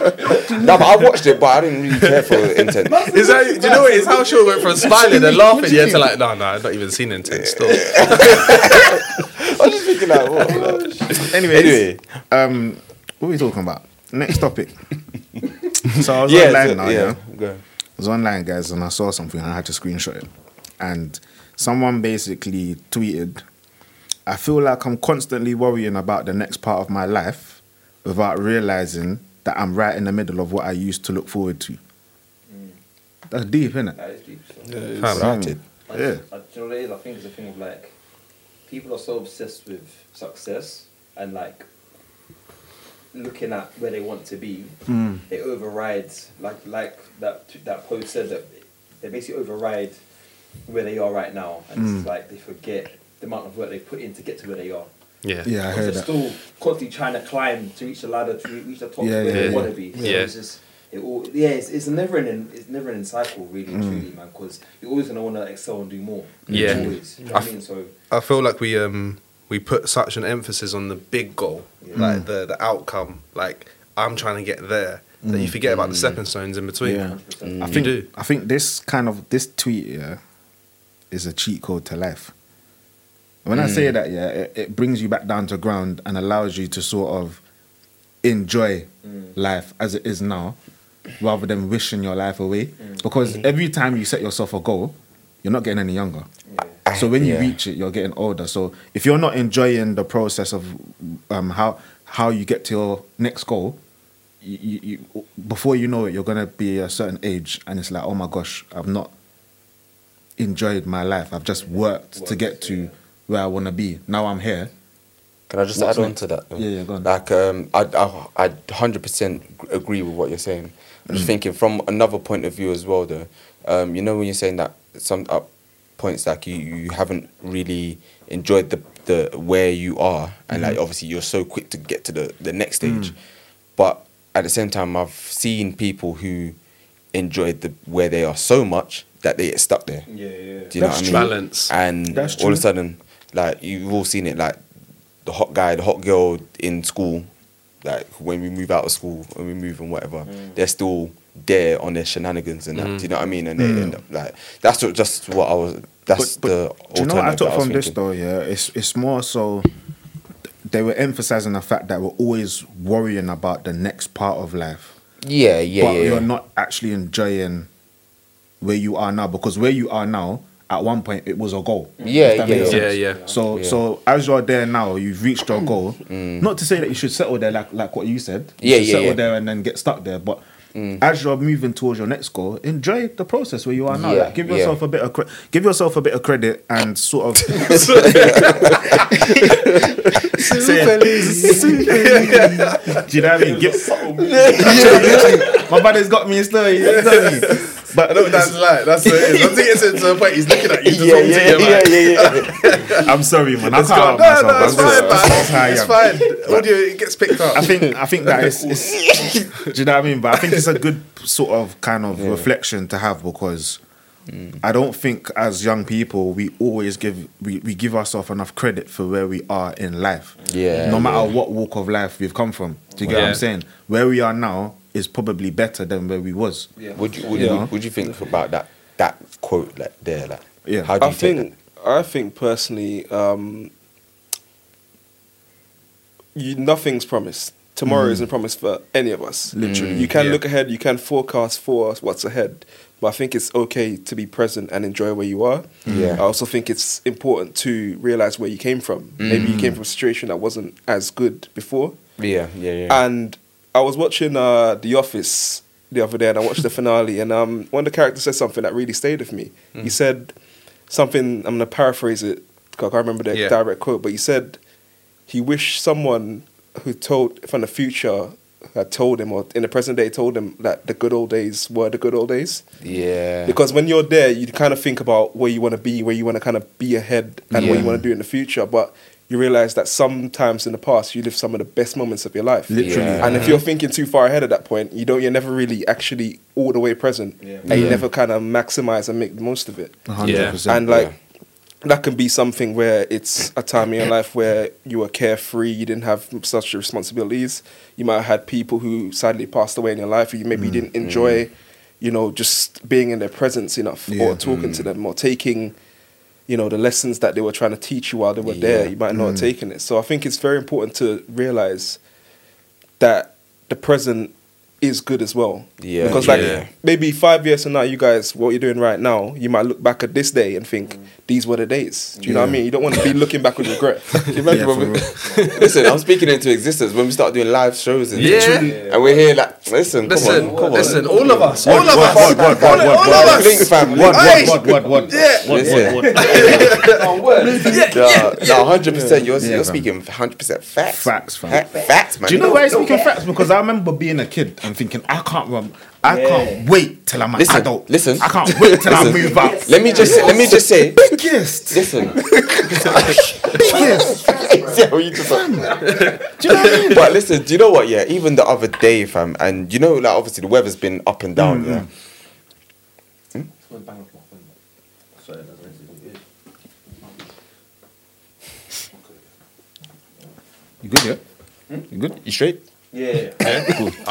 bit. no, but I watched it, but I didn't really care for the intent.
Is that, do you know what? It's how sure went from smiling and laughing, yeah, to like, no, no, I've not even seen intense still.
I'm just thinking like, what? like-
Anyways,
Anyway,
um, what are we talking about?
<laughs>
Next topic. so I was
yeah,
online
so-
now, yeah.
yeah, go.
I was online, guys, and I saw something and I had to <laughs> screenshot it. And someone basically tweeted, I feel like I'm constantly worrying about the next part of my life without realizing that I'm right in the middle of what I used to look forward to. That's deep, isn't it?
Fam,
I,
Yeah.
I, do you know what it is? Uh, I think it's a thing of like, people are so obsessed with success and like looking at where they want to be.
Mm.
It overrides like like that that post said that they basically override where they are right now, and
Mm.
it's like they forget the amount of work they put in to get to where they are.
Yeah.
Yeah, I
Because
heard
they're
that.
still constantly trying to climb to reach the ladder to reach the top
Yeah,
where
yeah,
they
yeah.
want to be. So
Yeah.
it's just, it all, yeah, it's, it's a never ending, it's never ending cycle, really,
Mm.
truly, man. Because you're always gonna want to excel and do more.
Yeah.
always. You know what I mean, so
I feel like we um we put such an emphasis on the big goal,
Mm.
like the the outcome, like I'm trying to get there, that you forget about the stepping stones in between.
Mm. Yeah. Mm.
I
I
think
think
do.
I think this kind of this tweet yeah, is a cheat code to life. When I
Hmm.
say that, yeah, it, it brings you back down to ground and allows you to sort of enjoy life as it is now, rather than wishing your life away. Because every time you set yourself a goal, you're not getting any younger. So when you
yeah.
reach it, you're getting older. So if you're not enjoying the process of um, how how you get to your next goal, you, you, you before you know it, you're gonna be a certain age, and it's like, oh my gosh, I've not enjoyed my life. I've just worked to get to where I want to be. Now I'm here.
Can I just
What's
add on
next?
to that? though?
Yeah, yeah, go on.
Like, um, I, I, I hundred percent agree with what you're saying. I'm
Mm.
just thinking from another point of view as well, though. Um, you know, when you're saying that some up points like you, you haven't really enjoyed the the where you are, and
Mm-hmm.
like obviously you're so quick to get to the the next
Mm.
stage, but at the same time, I've seen people who enjoyed the where they are so much that they get stuck there.
yeah, yeah.
Do you know
That's
what I
true.
mean?
Balance.
And
That's
all of a
true.
sudden, like you've all seen it, like the hot guy, the hot girl in school, like when we move out of school, when we move and whatever,
Mm.
they're still there on their shenanigans and that. Do you know what I mean? And they
Mm.
end up like that's what, just what I was. That's the.
do you know what I
alternative that
took
was
from this
thinking.
though? Yeah, it's it's more so they were emphasizing the fact that we're always worrying about the next part of life,
Yeah, yeah,
but
yeah.
you're not actually enjoying where you are now because where you are now. At one point, it was a goal.
Yeah,
If that
yeah,
makes
yeah,
sense.
yeah.
So,
Yeah. Mm.
so as you're there now, you've reached your goal. Not to say that you should settle there, like like what you said. You
Yeah, yeah,
should Settle
yeah. Mm.
there and then get stuck there. But as you're moving towards your next goal, enjoy the process where you are now.
Yeah,
Like, give
yeah.
yourself a bit of cre- give yourself a bit of credit and sort of <laughs> Super Do you know what I mean? Give- My brother's got me a story. You know what I mean? But
I know what that's like. That's what it is. I think it's to the point he's looking at you. Just
yeah, yeah, yeah, yeah, yeah, yeah.
I'm sorry, man. I
It's
can't help
gone. No,
myself.
no,
I'm
it's
sorry.
fine, man.
That's how I
It's
am.
fine. Audio, it gets picked up.
I think I think that
<laughs>
is. it's- do you know what I mean? But I think it's a good sort of kind of reflection to have because I don't think as young people we always give we, we give ourselves enough credit for where we are in life.
Yeah,
No matter
yeah.
what walk of life we've come from. Do you get what
Yeah.
I'm saying? Where we are now is probably better than where we was.
Yeah.
Would you would,
Yeah.
you would you think about that that quote like there like
Yeah.
how do
I
you take
think I think personally, um, you, nothing's promised. Tomorrow isn't promised for any of us. Mm. Literally, you can
yeah.
look ahead, you can forecast for us what's ahead, but I think it's okay to be present and enjoy where you are.
Yeah.
I also think it's important to realize where you came from. Maybe you came from a situation that wasn't as good before,
that? Yeah, yeah, yeah.
and I was watching uh, The Office
Mm.
the other day, and I watched the finale, and um, one of the characters said something that really stayed with me. He said, something. I'm gonna paraphrase it. 'cause I can't remember the
Yeah.
direct quote, but he said he wished someone who told from the future had told him, or in the present day, told him that the good old days were the good old days.
Yeah.
Because when you're there, you kind of think about where you want to be, where you want to kind of be ahead, and what
Yeah.
you want to do in the future. But you realize that sometimes in the past, you live some of the best moments of your life.
Literally.
Yeah.
And if you're thinking too far ahead at that point, you don't. You're never really actually all the way present,
Yeah.
and you
Yeah.
never kind of maximize and make the most of it.
100%.
And like that can be something where it's a time in your life where you were carefree, you didn't have such responsibilities. You might have had people who sadly passed away in your life, who you
Mm,
maybe didn't enjoy, you know, just being in their presence enough
Yeah.
or talking
mm.
to them or taking, you know, the lessons that they were trying to teach you while they were there.
Yeah. mm.
You might not have taken it. So I think it's very important to realize that the present is good as well.
Yeah.
Because like
Yeah.
maybe five years from now, you guys, what you're doing right now, you might look back at this day and think these were the days. Do you know what I
Mm. Yeah.
mean? You don't want to be looking back with
<laughs>
regret. Can you imagine
Yeah,
when
for
we-
<laughs>
real.
listen, I'm speaking into existence when we start doing live shows and
Yeah.
and we're here like listen,
Listen,
come on, come on.
listen, all of us, <laughs> all of
What,
us,
what, what, what,
all
what,
all
what,
of
what?
us.
Link, fam, link,
Hey!
What, what, what, what?
Yeah.
What,
Listen.
what, what?
<laughs> Yeah, no, hundred percent. You're
Yeah,
you're
fam.
speaking hundred percent facts.
Facts, fam.
Fa- facts, man.
Do you know why I speak in facts? Because I remember being a kid and thinking, I can't run, I can't wait till I'm an
Listen,
adult.
listen.
I can't wait till I
Listen.
move out.
Let me just let me
<laughs>
just say.
Biggest,
Listen,
biggest.
yeah, well, you just like-
Do you know what I mean?
but listen, do you know what? Yeah, even the other day, fam, and you know, like obviously the weather's been up and down.
Mm,
Yeah,
Hmm.
Sorry, that's what it is.
You good, yeah? You good?
you straight?
Yeah.
Cool. <laughs>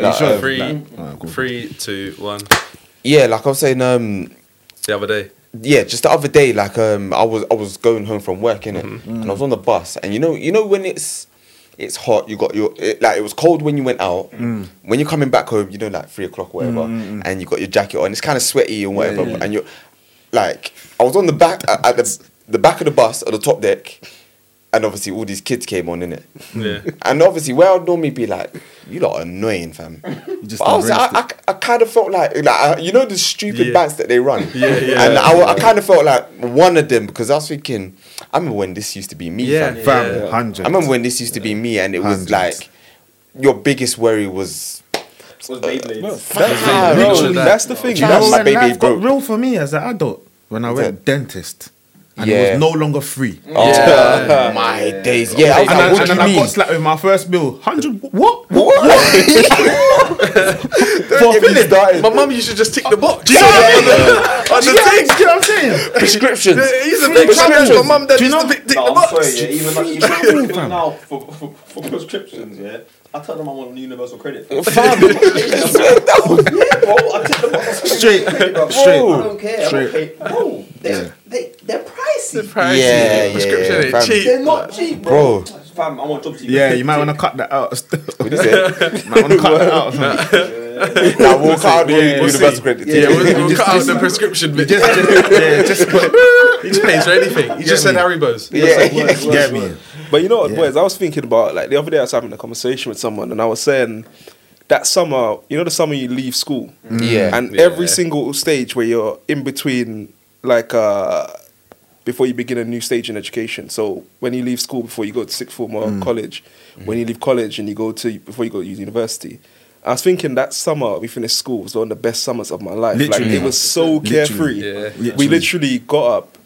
Nah,
sure?
um,
Three,
Nah, cool.
three, two, one.
Yeah, like I was saying, um,
The other day,
yeah, just the other day, like um, I was I was going home from work in it,
Mm-hmm.
and
Mm.
I was on the bus, and you know, you know when it's it's hot, you got your it, like it was cold when you went out.
Mm.
When you're coming back home, you know, like three o'clock, whatever, and you got your jacket on. It's kind of sweaty and whatever,
yeah, yeah.
and you're like, I was on the back at at the the back of the bus at the top deck, and obviously all these kids came on in it.
yeah.
And obviously, where I'd normally be like, you lot are annoying, fam.
just
But I, was, I,
embraced
I, I kind of felt like, like I- you know, the stupid
Yeah.
bands that they run.
Yeah, yeah.
And I, wa- I kind of felt like one of them because I was thinking, I remember when this used to be me,
Yeah.
fam.
Fam,
Yeah.
100.
I remember when this used to be me, and it was
Hundreds.
like your biggest worry was.
Was Beyblades.
"Ah,
literally
bro,
that.
That's the thing.
Do
Do
you know
you know
when
when
baby
life
broke?
got real for me as an adult? When I went dentist and it
Yeah.
was no longer free.
Oh, <laughs> my days. Yeah, I was
And,
like,
I, and
what do
then
you
I
mean?
got slapped with my first bill. 100. What? What?
Don't get me started.
My mum, you should just tick the box.
Yeah.
On
Do you get,
the
do you get what I'm <laughs> saying?
prescriptions.
thing. He's a big challenge. My mum, dad
Do you
used to
know-
tick tick
No,
the
I'm sorry,
box.
yeah, even, like, even, even now, for, for, for prescriptions, yeah, I tell them I'm on universal
<laughs>
credit. <laughs> Bro,
Fam,
I tell them I'm on
Straight.
I
Straight.
don't care. I
Straight.
don't pay. Bro, they're,
Yeah.
they, they're pricey.
Pricey.
Yeah, yeah,
Prescription
yeah,
ain't
fam.
cheap.
They're not cheap,
bro.
bro. Fam, I want job to you.
Yeah, you might want to cut that out. <laughs>
What is it?
might want to cut that out. fam.
Nah, walk out with
we'll
universal
see.
credit.
Yeah, we'll, we'll cut out the prescription bit.
Just, just, yeah, just put,
he just pays for anything. He just said Haribo's.
Yeah.
you get me.
But you know what,
Yeah.
boys? I was thinking about like the other day. I was having a conversation with someone, and I was saying that summer, you know, the summer you leave school,
Mm.
Yeah.
and
Yeah.
every single stage where you're in between, like uh, before you begin a new stage in education. So when you leave school, before you go to sixth form or
Mm.
college,
Mm-hmm.
when you leave college and you go to before you go to university. I was thinking that summer we finished school was one of the best summers of my life.
Literally.
Like it was so
Literally.
carefree.
Yeah.
We
Literally.
literally got up,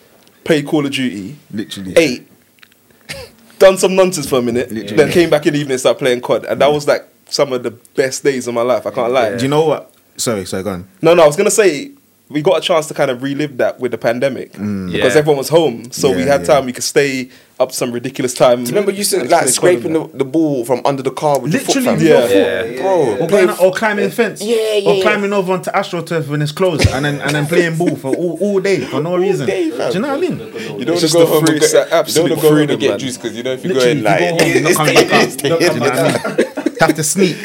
played Call of Duty,
Literally.
eight, done some nonsense for a minute,
Literally.
then came back in the evening and started playing COD. And that was like some of the best days of my life. I can't lie.
Do you know what? Sorry, sorry, go on.
No, no, I was going to say we got a chance to kind of relive that with the pandemic because
Yeah.
everyone was home. So we
Mm. Yeah,
had
yeah.
time, we could stay up some ridiculous time.
Do you remember you used to
and
like
just play COD
scraping
and
the, the ball from under the car with
Literally,
your foot? fam?
with
your
yeah.
foot.
Yeah.
bro.
Or, playing, or climbing fence. Yeah, yeah. Or climbing over onto AstroTurf when it's closed and then and then playing ball for all, all day for no reason.
day,
Do you know what I mean?
that. You don't
It's
want
just
to go
the
home
free,
and get
get,
absolute
absolute freedom,
freedom,
get
man.
juice because you know if you go in
Literally, you go
like
home, you're not
<laughs>
coming back out. Do you know what I mean? You <laughs> have to sneak.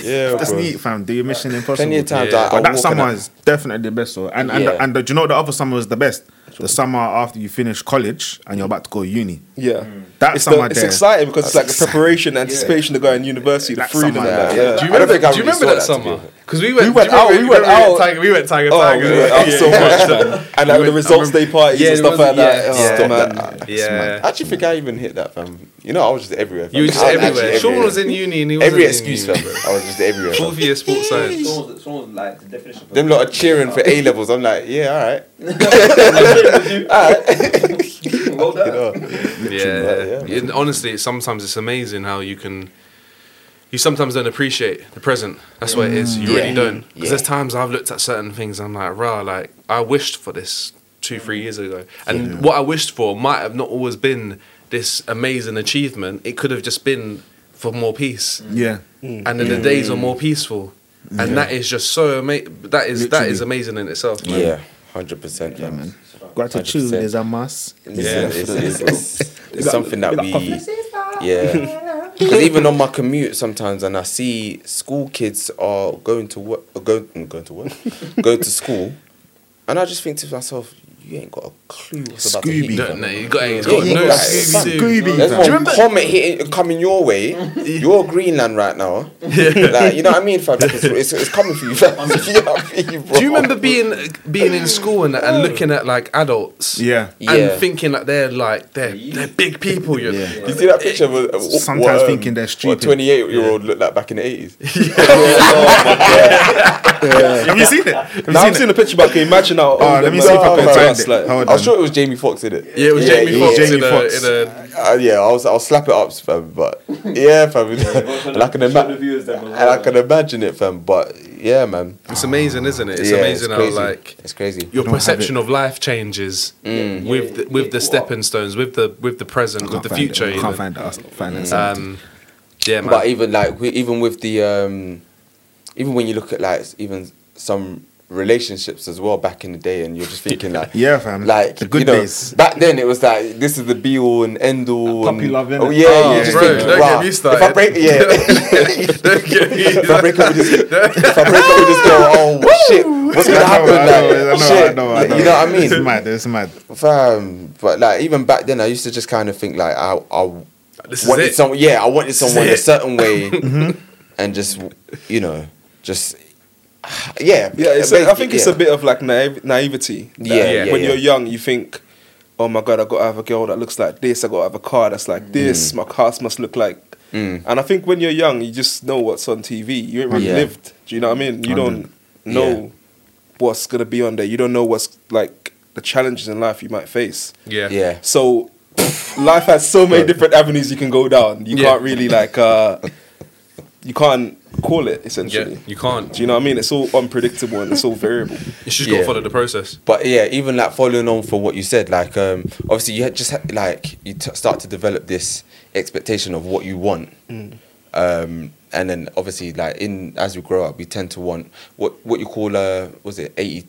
yeah,
Have to
bro.
sneak, fam. Do your mission impossible.
Plenty of times
Yeah.
I, I
But that
walk in
summer
a-
is definitely the best, though. And and,
Yeah.
and do you know the other summer was the best? the summer after you finish college and you're about to go uni.
Yeah.
That
It's, the-
summer
it's
there.
exciting because it's like the
<laughs>
preparation, the anticipation to go in university, the
Like
freedom
summer,
of that.
yeah.
Yeah.
Do you
I don't
remember,
think I
do you
really
remember that
saw that, to be
summer? Because we went,
We went
do
out,
you remember
we went
remember
out.
Tiger, we went Tiger
Oh,
Tiger.
we went out
Yeah.
so much, <laughs> man. And like the results day parties
Yeah,
and stuff
there
like
was-
that.
yeah,
Oh,
yeah.
man.
Yeah.
I actually think I even hit that, fam. You know, I was just everywhere. Fam.
You were just
I actually
everywhere. Sean was in uni and he was
every excuse, fam. I was just <laughs> everywhere. fam.
Fourth year sports science.
Someone's, someone's like the definition of a-
Them lot are cheering for A levels. I'm like, yeah, all right.
Well done.
yeah. It- honestly, it's- sometimes it's amazing how you can. You sometimes don't appreciate the present. That's what it is. You really don't. Because there's times I've looked at certain things. I'm like, rah, like I wished for this two, three years ago, and what I wished for might have not always been this amazing achievement. It could have just been for more peace,
Yeah.
Mm.
and then the days are more peaceful, and that is just so amazing. That is that is
Literally.
amazing in itself. man.
Yeah, hundred percent, yeah, man.
Gratitude
100%.
is a must.
Yeah, it's, it's, it's, <laughs> it's something that we, yeah. Because even on my commute sometimes, and I see school kids are going to work, or go, mm, going to <laughs> work, go to school, and I just think to myself, you ain't got a clue what's about to hit
You
you,
don't
fam.
know. You got it.
Yeah,
got
you
no
got
Scooby
it.
Doo.
There's one comet hitting, coming
<laughs>
your way. You're Greenland right now. like, you know what I mean, fam? It's, it's, it's coming for
<laughs>
you, fam. <laughs> You know what I mean, bro?
Do you remember being being in school and, and looking at like adults?
Yeah.
And
Yeah.
thinking that they're like they're they're big people. You
Yeah.
You see that picture of a, a-
Sometimes
what, um,
thinking they're stupid.
What twenty eight year old looked like back in
<laughs>
the eighties.
Have you seen it? Have you
Now
seen
I've
it?
seen a picture, but I can imagine how.
Oh,
old
let me
them
see
are
if I can
compared to
find
us,
it.
like-
Hold
I was
on.
sure it was Jamie Foxx in it.
Yeah, it was Jamie
it was
Foxx
Jamie
in, a-
Foxx.
in a
Uh, yeah, I'll I'll slap it up, fam.
<laughs>
But yeah, fam. <laughs> and I can imagine. And I can imagine it, fam. But yeah, man.
It's amazing, isn't it? It's
Yeah,
amazing how
crazy.
like
it's crazy.
your
don't have
perception of life changes
Mm.
with the, with the stepping stones, with the with the present, with the
Can't find it.
future. you
Can't
know.
find that. Find that.
Um, yeah, man.
But even like we, even with the um, even when you look at like even some relationships as well back in the day, and you're just thinking like
Yeah, fam.
like
The good
you know,
days.
Back then, it was like this is the be all and end all.
Puppy
and,
love, innit?
Oh yeah,
Oh,
you just
bro,
think,
don't get
"Rah,
me
If I
started."
break,
<laughs>
yeah.
Don't get me-
if I break up with this, if I break up with this girl,
<laughs>
oh shit, what's gonna happen?
I know, I
like,
know,
shit,
I know, I know.
you know what I
It's
mean,
mad. It's mad.
fam. But like even back then, I used to just kind of think like I, I
this is
wanted
it.
some, yeah, I wanted someone a
it. Mm-hmm.
certain
<laughs>
way, and just you know, just <sighs> yeah,
Yeah, it's
basically,
a, I think it's
yeah.
a bit of like naive, naivety. that
Yeah, yeah,
when
yeah.
you're young, you think, "Oh my god, I got to have a girl that looks like this. I got to have a car that's like this. My house must look like." And I think when you're young, you just know what's on TV. You ain't really
Yeah.
lived. Do you know what I mean? You don't know
Yeah.
what's gonna be on there. You don't know what's like the challenges in life you might face.
yeah,
yeah.
So <laughs> life has so many different avenues you can go down. You
Yeah.
can't really like uh, you can't call it essentially.
yeah. You can't.
Do you know what I mean? It's all unpredictable and it's all variable.
You just got to
Yeah.
follow the process.
But yeah, even like following on from what you said, like um, obviously you had just had, like you t- start to develop this expectation of what you want, um, and then obviously like in as we grow up, we tend to want what what you call uh was it 80,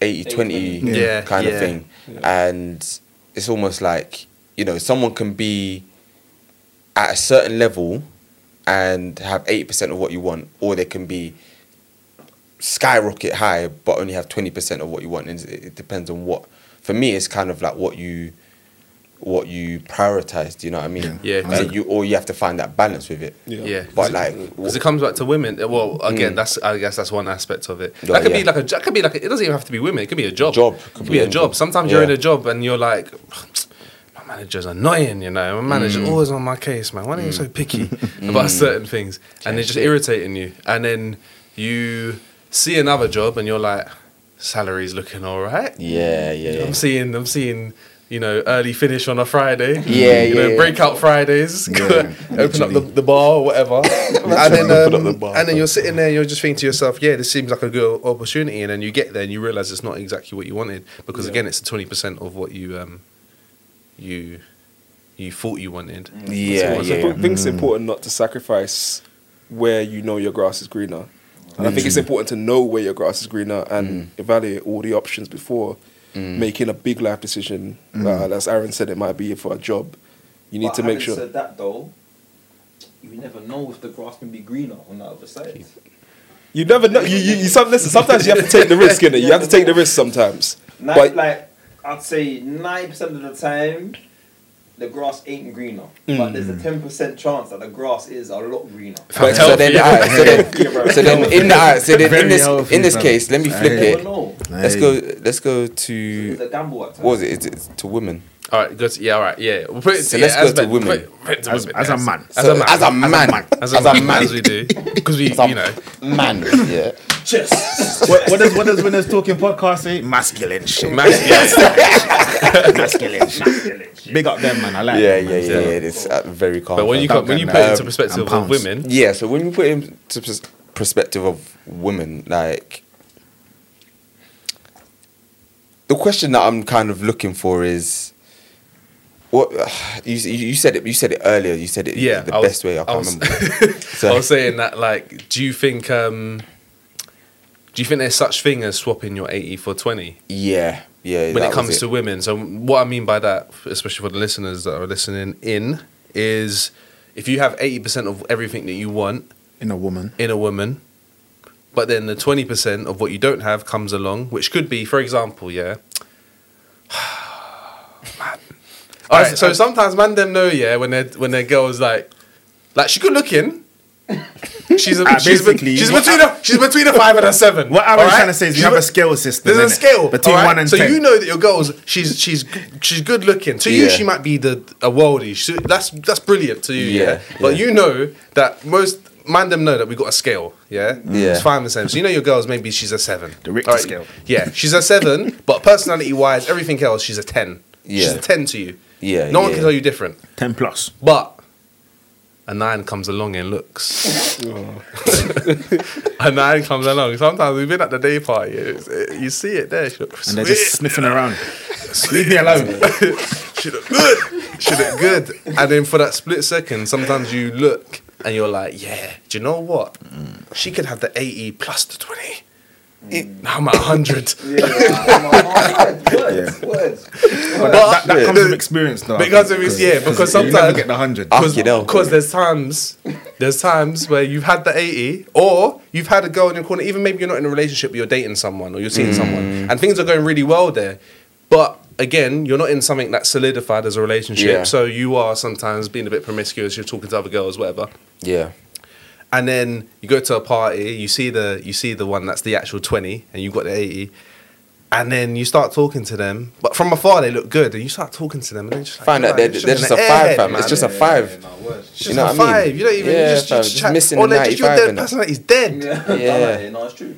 80 20
Yeah,
kind
yeah.
of thing, and it's almost like you know someone can be at a certain level and have eighty percent of what you want, or they can be skyrocket high, but only have twenty percent of what you want. And it it depends on what. For me, it's kind of like what you, what you prioritize. Do you know what I mean?
Yeah. Yeah.
And you or you have to find that balance with it.
Yeah,
But like,
because it comes back to women. uh, Well, again, that's I guess that's one aspect of it. that could be
yeah.
like a. jo- That could be like a, it doesn't even have to be women. It could be a job.
Job.
It could be a
anything.
job. Sometimes you're in
Yeah.
a job and you're like, my manager's annoying. You know, my manager's always on my case, man. Why are you so picky about certain things? And they're just irritating you. And then you see another job and you're like, salary's looking all right.
yeah, yeah, yeah.
I'm seeing, I'm seeing, you know, early finish on a Friday.
Yeah,
you know,
yeah, yeah.
breakout Fridays. <laughs> open up the, the bar or whatever, and then um, and then you're sitting there, and you're just thinking to yourself, yeah, this seems like a good opportunity, and then you get there and you realize it's not exactly what you wanted because again, it's twenty percent of what you um, you you thought you wanted.
<laughs>
So
Yeah,
I
yeah. Mm.
think it's important not to sacrifice where you know your grass is greener. And I think
Mm.
it's important to know where your grass is greener and evaluate all the options before
Mm.
making a big life decision. Uh, as Aaron said, it might be for a job. You need
But
to make
having
sure.
Said that though, you never know if the grass can be greener on the other side.
You
<laughs>
never know. You, you, you some, listen, sometimes you have to take the risk in it. You have to take the risk sometimes.
Not
But
like I'd say ninety percent of the time, the grass ain't greener, but there's a ten percent chance that the grass is a lot greener.
But so then, alright, so then, so then in the alright, so then in
Very
this
healthy,
in this
fam.
case, let me
You
flip
never
it.
know.
Let's
Hey.
go. Let's go
It's a
to
gamble at times.
what was it? Is it to women?
All right, go to, yeah, all right, yeah. We'll put it
So
yeah,
let's go
as
to
men,
women.
put- put it to
As-
women,
as a man.
As
So
a man.
as a man,
As a, man, as we do. Because we, you know.
<laughs> man, yeah.
what, what does what does winners talking podcast say? Masculine shit.
Man, yeah,
Masculine shit. Big up them, man. I like.
Yeah,
them,
yeah,
man.
yeah, yeah. It's uh, very calm.
but when you,
Duncan,
come, when you put it into
um,
perspective
and
of
pounds.
women,
yeah, so when you put it into pers- perspective of women, like the question that I'm kind of looking for is what <sighs> you you said it you said it earlier. You said it
Yeah,
the
I was-
best way. I
I
can't
was- <laughs>
remember.
I
So
was saying that, like, do you think, um, do you think there's such thing as swapping your 80 for 20?
yeah, yeah.
when
that
it
was
comes to women. So what I mean by that, especially for the listeners that are listening in, is if you have eighty percent of everything that you want
In a woman.
in a woman, but then the twenty percent of what you don't have comes along, which could be, for example, yeah. <sighs> Man. All right,
um,
so sometimes man them know yeah when their when their girl's like, like she good
<laughs>
looking. She's a,
Ah,
she's, be-
basically,
she's
what
between a, she's between a five and a seven.
What I was
alright?
trying to say is you
She's
have
be-
a scale system.
there's a
innit?
scale
between
alright?
one and
so
ten.
you know that your girl's she's she's she's good looking. To you,
Yeah.
she might be the a worldie. She, that's that's brilliant to you. Yeah,
Yeah,
but
yeah.
you know that most man them know that we got a scale. Yeah,
Yeah.
it's five and seven. So you know your girl's maybe she's a seven.
The Richter
Alright,
scale.
Yeah, she's a seven, but personality wise, everything else, she's a ten. She's
Yeah.
a ten to you.
Yeah,
no one
yeah.
can tell you different.
ten plus.
But a nine comes along and looks. a nine comes along. Sometimes we've been at the day party. it's- it- you see it there. She looks
And they're just
sweet.
sniffing around.
<laughs>
Leave me alone.
she look good. She look good. And then for that split second, sometimes you look and you're like, yeah. Do you know what?
Mm.
She could have the eighty plus the twenty. Now I'm at hundred.
Words, words.
But that, that, that comes from experience, though. I
Because
think,
if it's yeah, because
you never
sometimes
get the hundred.
Ah, you know.
Because there's times, there's times where you've had the 80 or you've had a girl in your corner, even maybe you're not in a relationship, but you're dating someone or you're
Mm.
seeing someone and things are going really well there. But again, you're not in something that's solidified as a relationship.
Yeah.
So you are sometimes being a bit promiscuous, you're talking to other girls, whatever.
yeah,
And then you go to a party, you see the you see the one that's the actual 20 and you've got the 80. And then you start talking to them, but from afar they look good, and you start talking to them, and they just like,
find out
"Right,
they're,
this
they're
shit's
just a
an
five,
airhead,
fam.
man."
It's just a five.
Just
You know
a
what I mean?
five. You don't even
Yeah,
you just, you
fam,
just
just
chat.
missing
or
the
they just, your
95
dead
in it.
personality's dead.
Yeah,
Yeah.
no, it's true.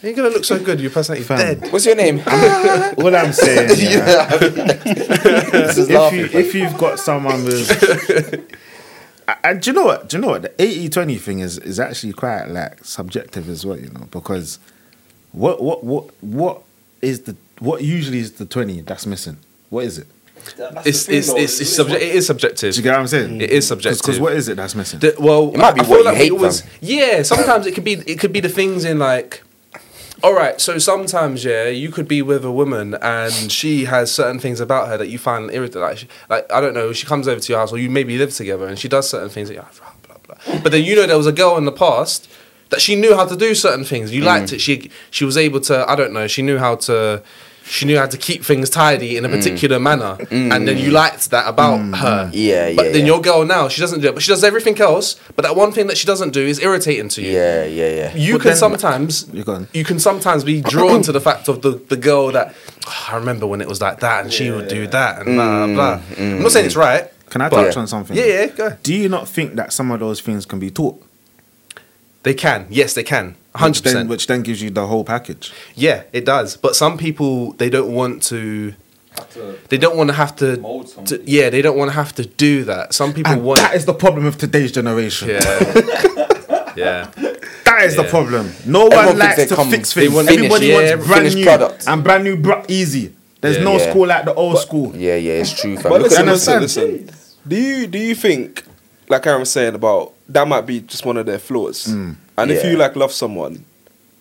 You're gonna look so good. Your personality's dead.
What's your name? <laughs>
All
<laughs>
I'm saying, yeah,
Just
if, you,
laughing.
if you've got someone with,
<laughs>
I, I- do you know what? Do you know what? The 80-20 thing is is actually quite like subjective as well, you know, because what what what what is the what usually is the twenty that's missing? What is it?
That- that's the
It's
thing,
it's
though,
it's, it's subject. It is subjective.
Do you get what I'm saying?
It is subjective.
Because what is it that's missing?
The- well,
It might be
I feel
what you
we
hate,
always-
fam.
Yeah, sometimes it could be. It could be the things in like. All right, so sometimes yeah, you could be with a woman and she has certain things about her that you find irritating. Like, she, like I don't know, she comes over to your house or you maybe live together and she does certain things. That you're like, blah, blah, blah. But then you know there was a girl in the past that she knew how to do certain things.
Mm.
You liked it. She she was able to. I don't know. She knew how to. She knew how to keep things tidy
Mm.
in a particular manner, and then you liked that about her.
Yeah,
But
yeah,
then
yeah.
your girl now she doesn't do it, but she does everything else. But that one thing that she doesn't do is irritating to you.
Yeah, yeah, yeah.
You
But
can
then-
sometimes
You're gone.
you can sometimes be drawn to the fact of the, the girl that "Oh, I remember when it was like that and she would do that and blah blah. I'm not saying it's right.
Can I
but-
touch on something?
Yeah, yeah, go. ahead.
Do you not think that some of those things can be taught?
They can. Yes, they can.
Which
Hundred
then,
percent.
which then gives you the whole package.
Yeah, it does. But some people they don't want to.
Have to-
They don't want to have to.
Mold
to-
somebody.
yeah, they don't want to have to do that. Some people
And
want.
that is the problem of today's generation.
yeah. yeah.
That is the
Yeah.
problem. No
Everyone
one
thinks they
likes to
come-
fix
they
things.
want
Everybody
finished, yeah,
wants brand
finished
new
product.
and brand new bro- easy. There's
Yeah.
no
Yeah.
school like the old school.
Yeah, yeah, it's true, fam.
But
Look
listen,
at the-
listen,
understand.
listen. Do you do you think, like Aaron was saying about that might be just one of their flaws? And if
Mm. Yeah.
you like love someone,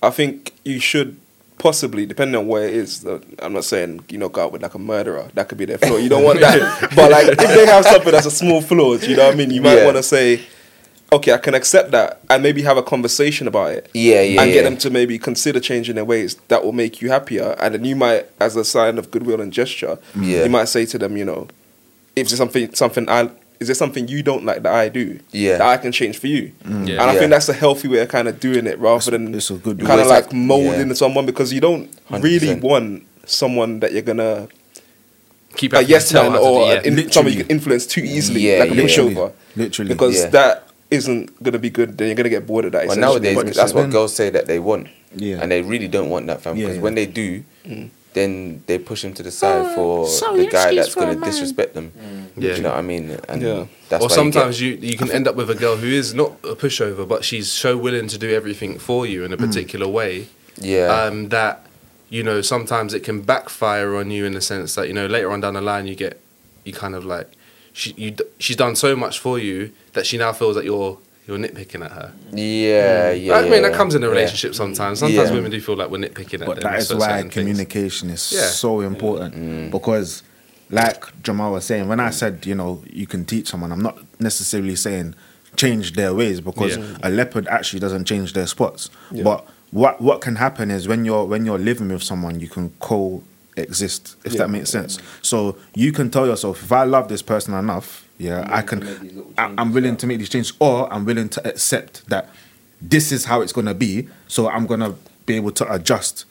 I think you should possibly, depending on where it is. though, I'm not saying you know go out with like a murderer. That could be their flaw.
<laughs>
You don't want that. but like if they have something that's a small flaw, do you know what I mean? You might
Yeah.
want to say. okay, I can accept that, and maybe have a conversation about it.
Yeah, yeah,
And
yeah.
get them to maybe consider changing their ways. That will make you happier, and then you might, as a sign of goodwill and gesture,
Yeah.
you might say to them, you know, if there's something, something I. Is there something you don't like that I do?
Yeah.
That I can change for you. And
Yeah.
I
Yeah.
think that's a healthy way of kind of doing it rather than
it's a good
kind
way.
of like molding
Yeah.
into someone because you don't really
100%.
want someone that you're gonna
Keep
a
having to
yes
tell
man
how to do-
or
yeah.
an in, someone you can influence too easily,
Yeah,
like a
yeah.
pushover.
Literally.
Because
Yeah.
that isn't going to be good, then you're going to get bored of that.
But
essentially.
nowadays,
But
that's what
then-
girls say that they want,
Yeah.
and they really don't want that, fam.
Yeah,
Because
yeah.
when they do,
Mm.
then they push him to the side
Oh,
for
sorry,
the guy
excuse
that's
for a
going to
man. Mm.
disrespect them. Do
Yeah.
you know what I mean? And
Yeah.
That's
or
why
sometimes
you,
you, you can end up with a girl who is not a pushover, but she's so willing to do everything for you in a particular way
get- yeah,
um, that you know sometimes it can backfire on you in the sense that you know later on down the line you get you kind of like she you d- she's done so much for you that she now feels that you're you're nitpicking at her.
yeah, yeah.
mm. I mean
yeah,
that comes in a
yeah.
relationship sometimes. Sometimes
Yeah.
women do feel like we're nitpicking at
But
them.
that is
for
why
certain things.
communication is
Yeah.
so important because, like Jamal was saying, when I said you know you can teach someone, I'm not necessarily saying change their ways because
Yeah.
a leopard actually doesn't change their spots. But what what can happen is when you're when you're living with someone, you can co exist if that makes sense so you can tell yourself if i love this person enough yeah i can I, i'm willing to make these changes or i'm willing to accept that this is how it's going to be so i'm going to be able to adjust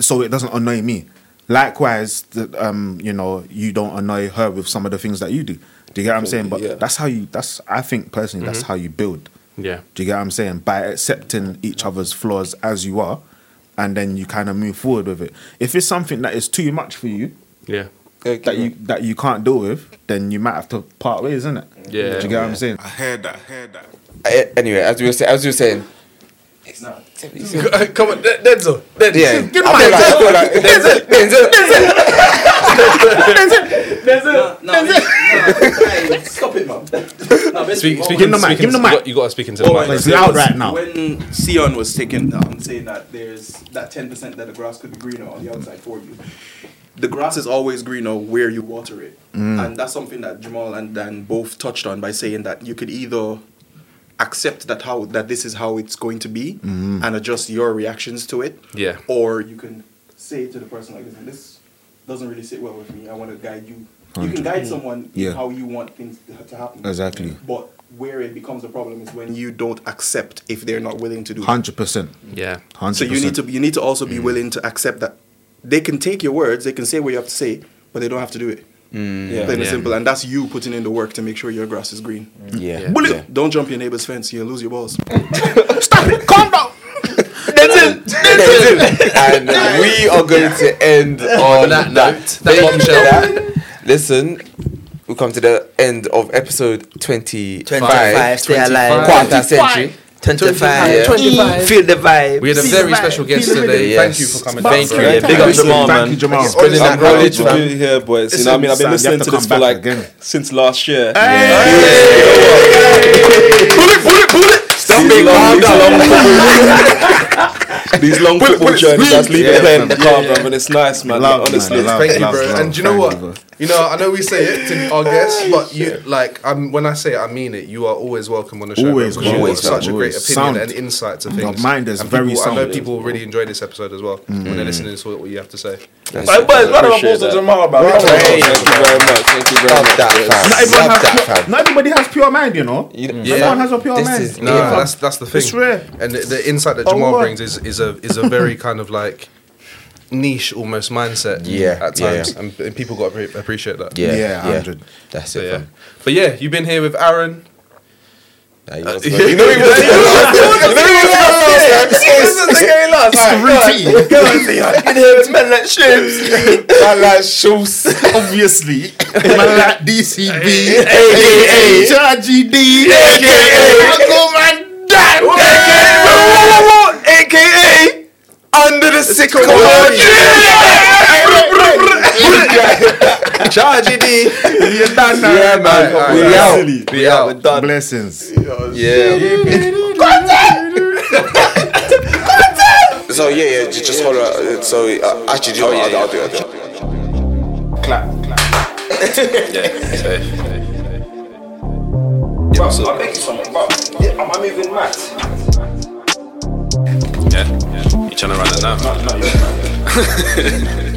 so it doesn't annoy me. Likewise, the, um, you know, you don't annoy her with some of the things that you do. Do you get what I'm saying? But
Yeah.
that's how you. That's I think personally, that's how you build.
Yeah.
Do you get what I'm saying? By accepting each other's flaws as you are, and then you kind of move forward with it. If it's something that is too much for you, <laughs>
Yeah.
that you that you can't deal with, then you might have to part ways, isn't it?
Yeah.
Do you get what I'm saying?
I heard that. I heard that.
Eh,
A- Anyway, as we were saying, as you were <laughs> saying,
Come on, De- Denzel. Denzel.
yeah,
Give
I feel like- I feel like-
No, no, no, hey, stop it, man. No, basically,
Speak,
what-
speak
Give him the
speak
mic, give him the
into-
mic.
You got to speak into the mic.
But it's loud right now.
Oh, When Sion was taken down, saying that there's that 10% that the grass could be greener on the outside for you, the grass is always greener where you water it.
Mm.
And that's something that Jamal and Dan both touched on by saying that you could either accept that how that this is how it's going to be
Mm.
and adjust your reactions to it.
Yeah.
Or you can say to the person like listen, this doesn't really sit well with me. I want to guide you. You can guide someone
Yeah.
how you want things to to happen.
Exactly.
But where it becomes a problem is when you don't accept if they're not willing to do. it.
Hundred percent.
Yeah.
Hundred.
So you need to you need to also be willing to accept that they can take your words, they can say what you have to say, but they don't have to do it.
Yeah.
Plain and
Yeah.
simple, and that's you putting in the work to make sure your grass is green.
yeah,
Bullet.
yeah.
Don't jump your neighbor's fence; you'll lose your balls.
<laughs> and uh,
<laughs>
we are going to end on that, Thank you for that. Listen, we come to the end of episode 25.
25, stay alive.
Quarter century.
25.
Yeah.
25. Feel the vibe.
We had a very special guest today.
Yes.
Thank you for coming.
Thank
down,
you.
bro.
Yeah, big up
Listen,
Jamal,
thank
man.
you, Jamal.
He's spreading that
I'm glad
knowledge,
you
man.
do here, boys. You know, what I mean, I've been
Sam, you have
listening
to
to this for
come back
like
again.
since last year.
Stop being calm down. <laughs>
These long football journeys, that's leaving
Yeah,
it playing in
man.
the car, bro. And it's nice, man.
Love,
honestly,
man, love.
it's
Thank you,
Love,
bro.
love,
and do you know
thank
what?
you, bro.
You know, I know we say it to our guests, but you like um, when I say it, I mean it. You are always welcome on the show. bro,
Always,
because you
always,
have got such a great
always.
opinion
Sound.
and insight to
Your
things.
mind is
And
very
people, I know
sound.
people really enjoy this episode as well when they're listening to what you have to say.
Like, boys, round of
Appreciate
applause to
that.
Jamal, man. Round of applause.
Thank you very much. Thank you very
Love
much.
that,
boys.
fam.
Not everyone,
Love
has
that,
pure,
<laughs>
fam.
not everybody has pure mind, you know.
Yeah.
Everyone has a pure
This
mind.
is
No,
Yeah.
that's that's the thing.
It's rare.
And the, the insight that
Oh,
Jamal
what?
brings is, is a is a very kind of like niche almost mindset.
Yeah,
at
yeah,
times,
yeah.
And, and people got to appreciate that.
Yeah,
Yeah, 100.
That's
So,
it.
yeah.
fam.
But yeah, you've been here with Aaron.
Nah,
<laughs>
you want to go- You know
<laughs>
you
It's routine.
man like shoes.
Obviously. Man like DCB.
AKA.
Chargy D.
AKA. Under the sickle.
Charge it.
Yeah, man. We out.
We out.
Blessings.
So yeah, yeah, ju- just holler. uh, So uh, actually, do you know what? I'll, I'll do it. I'll do it.
Yeah. Bro, I thank you so much. Bro,
Am I moving mad?
Yeah? You trying to run it now?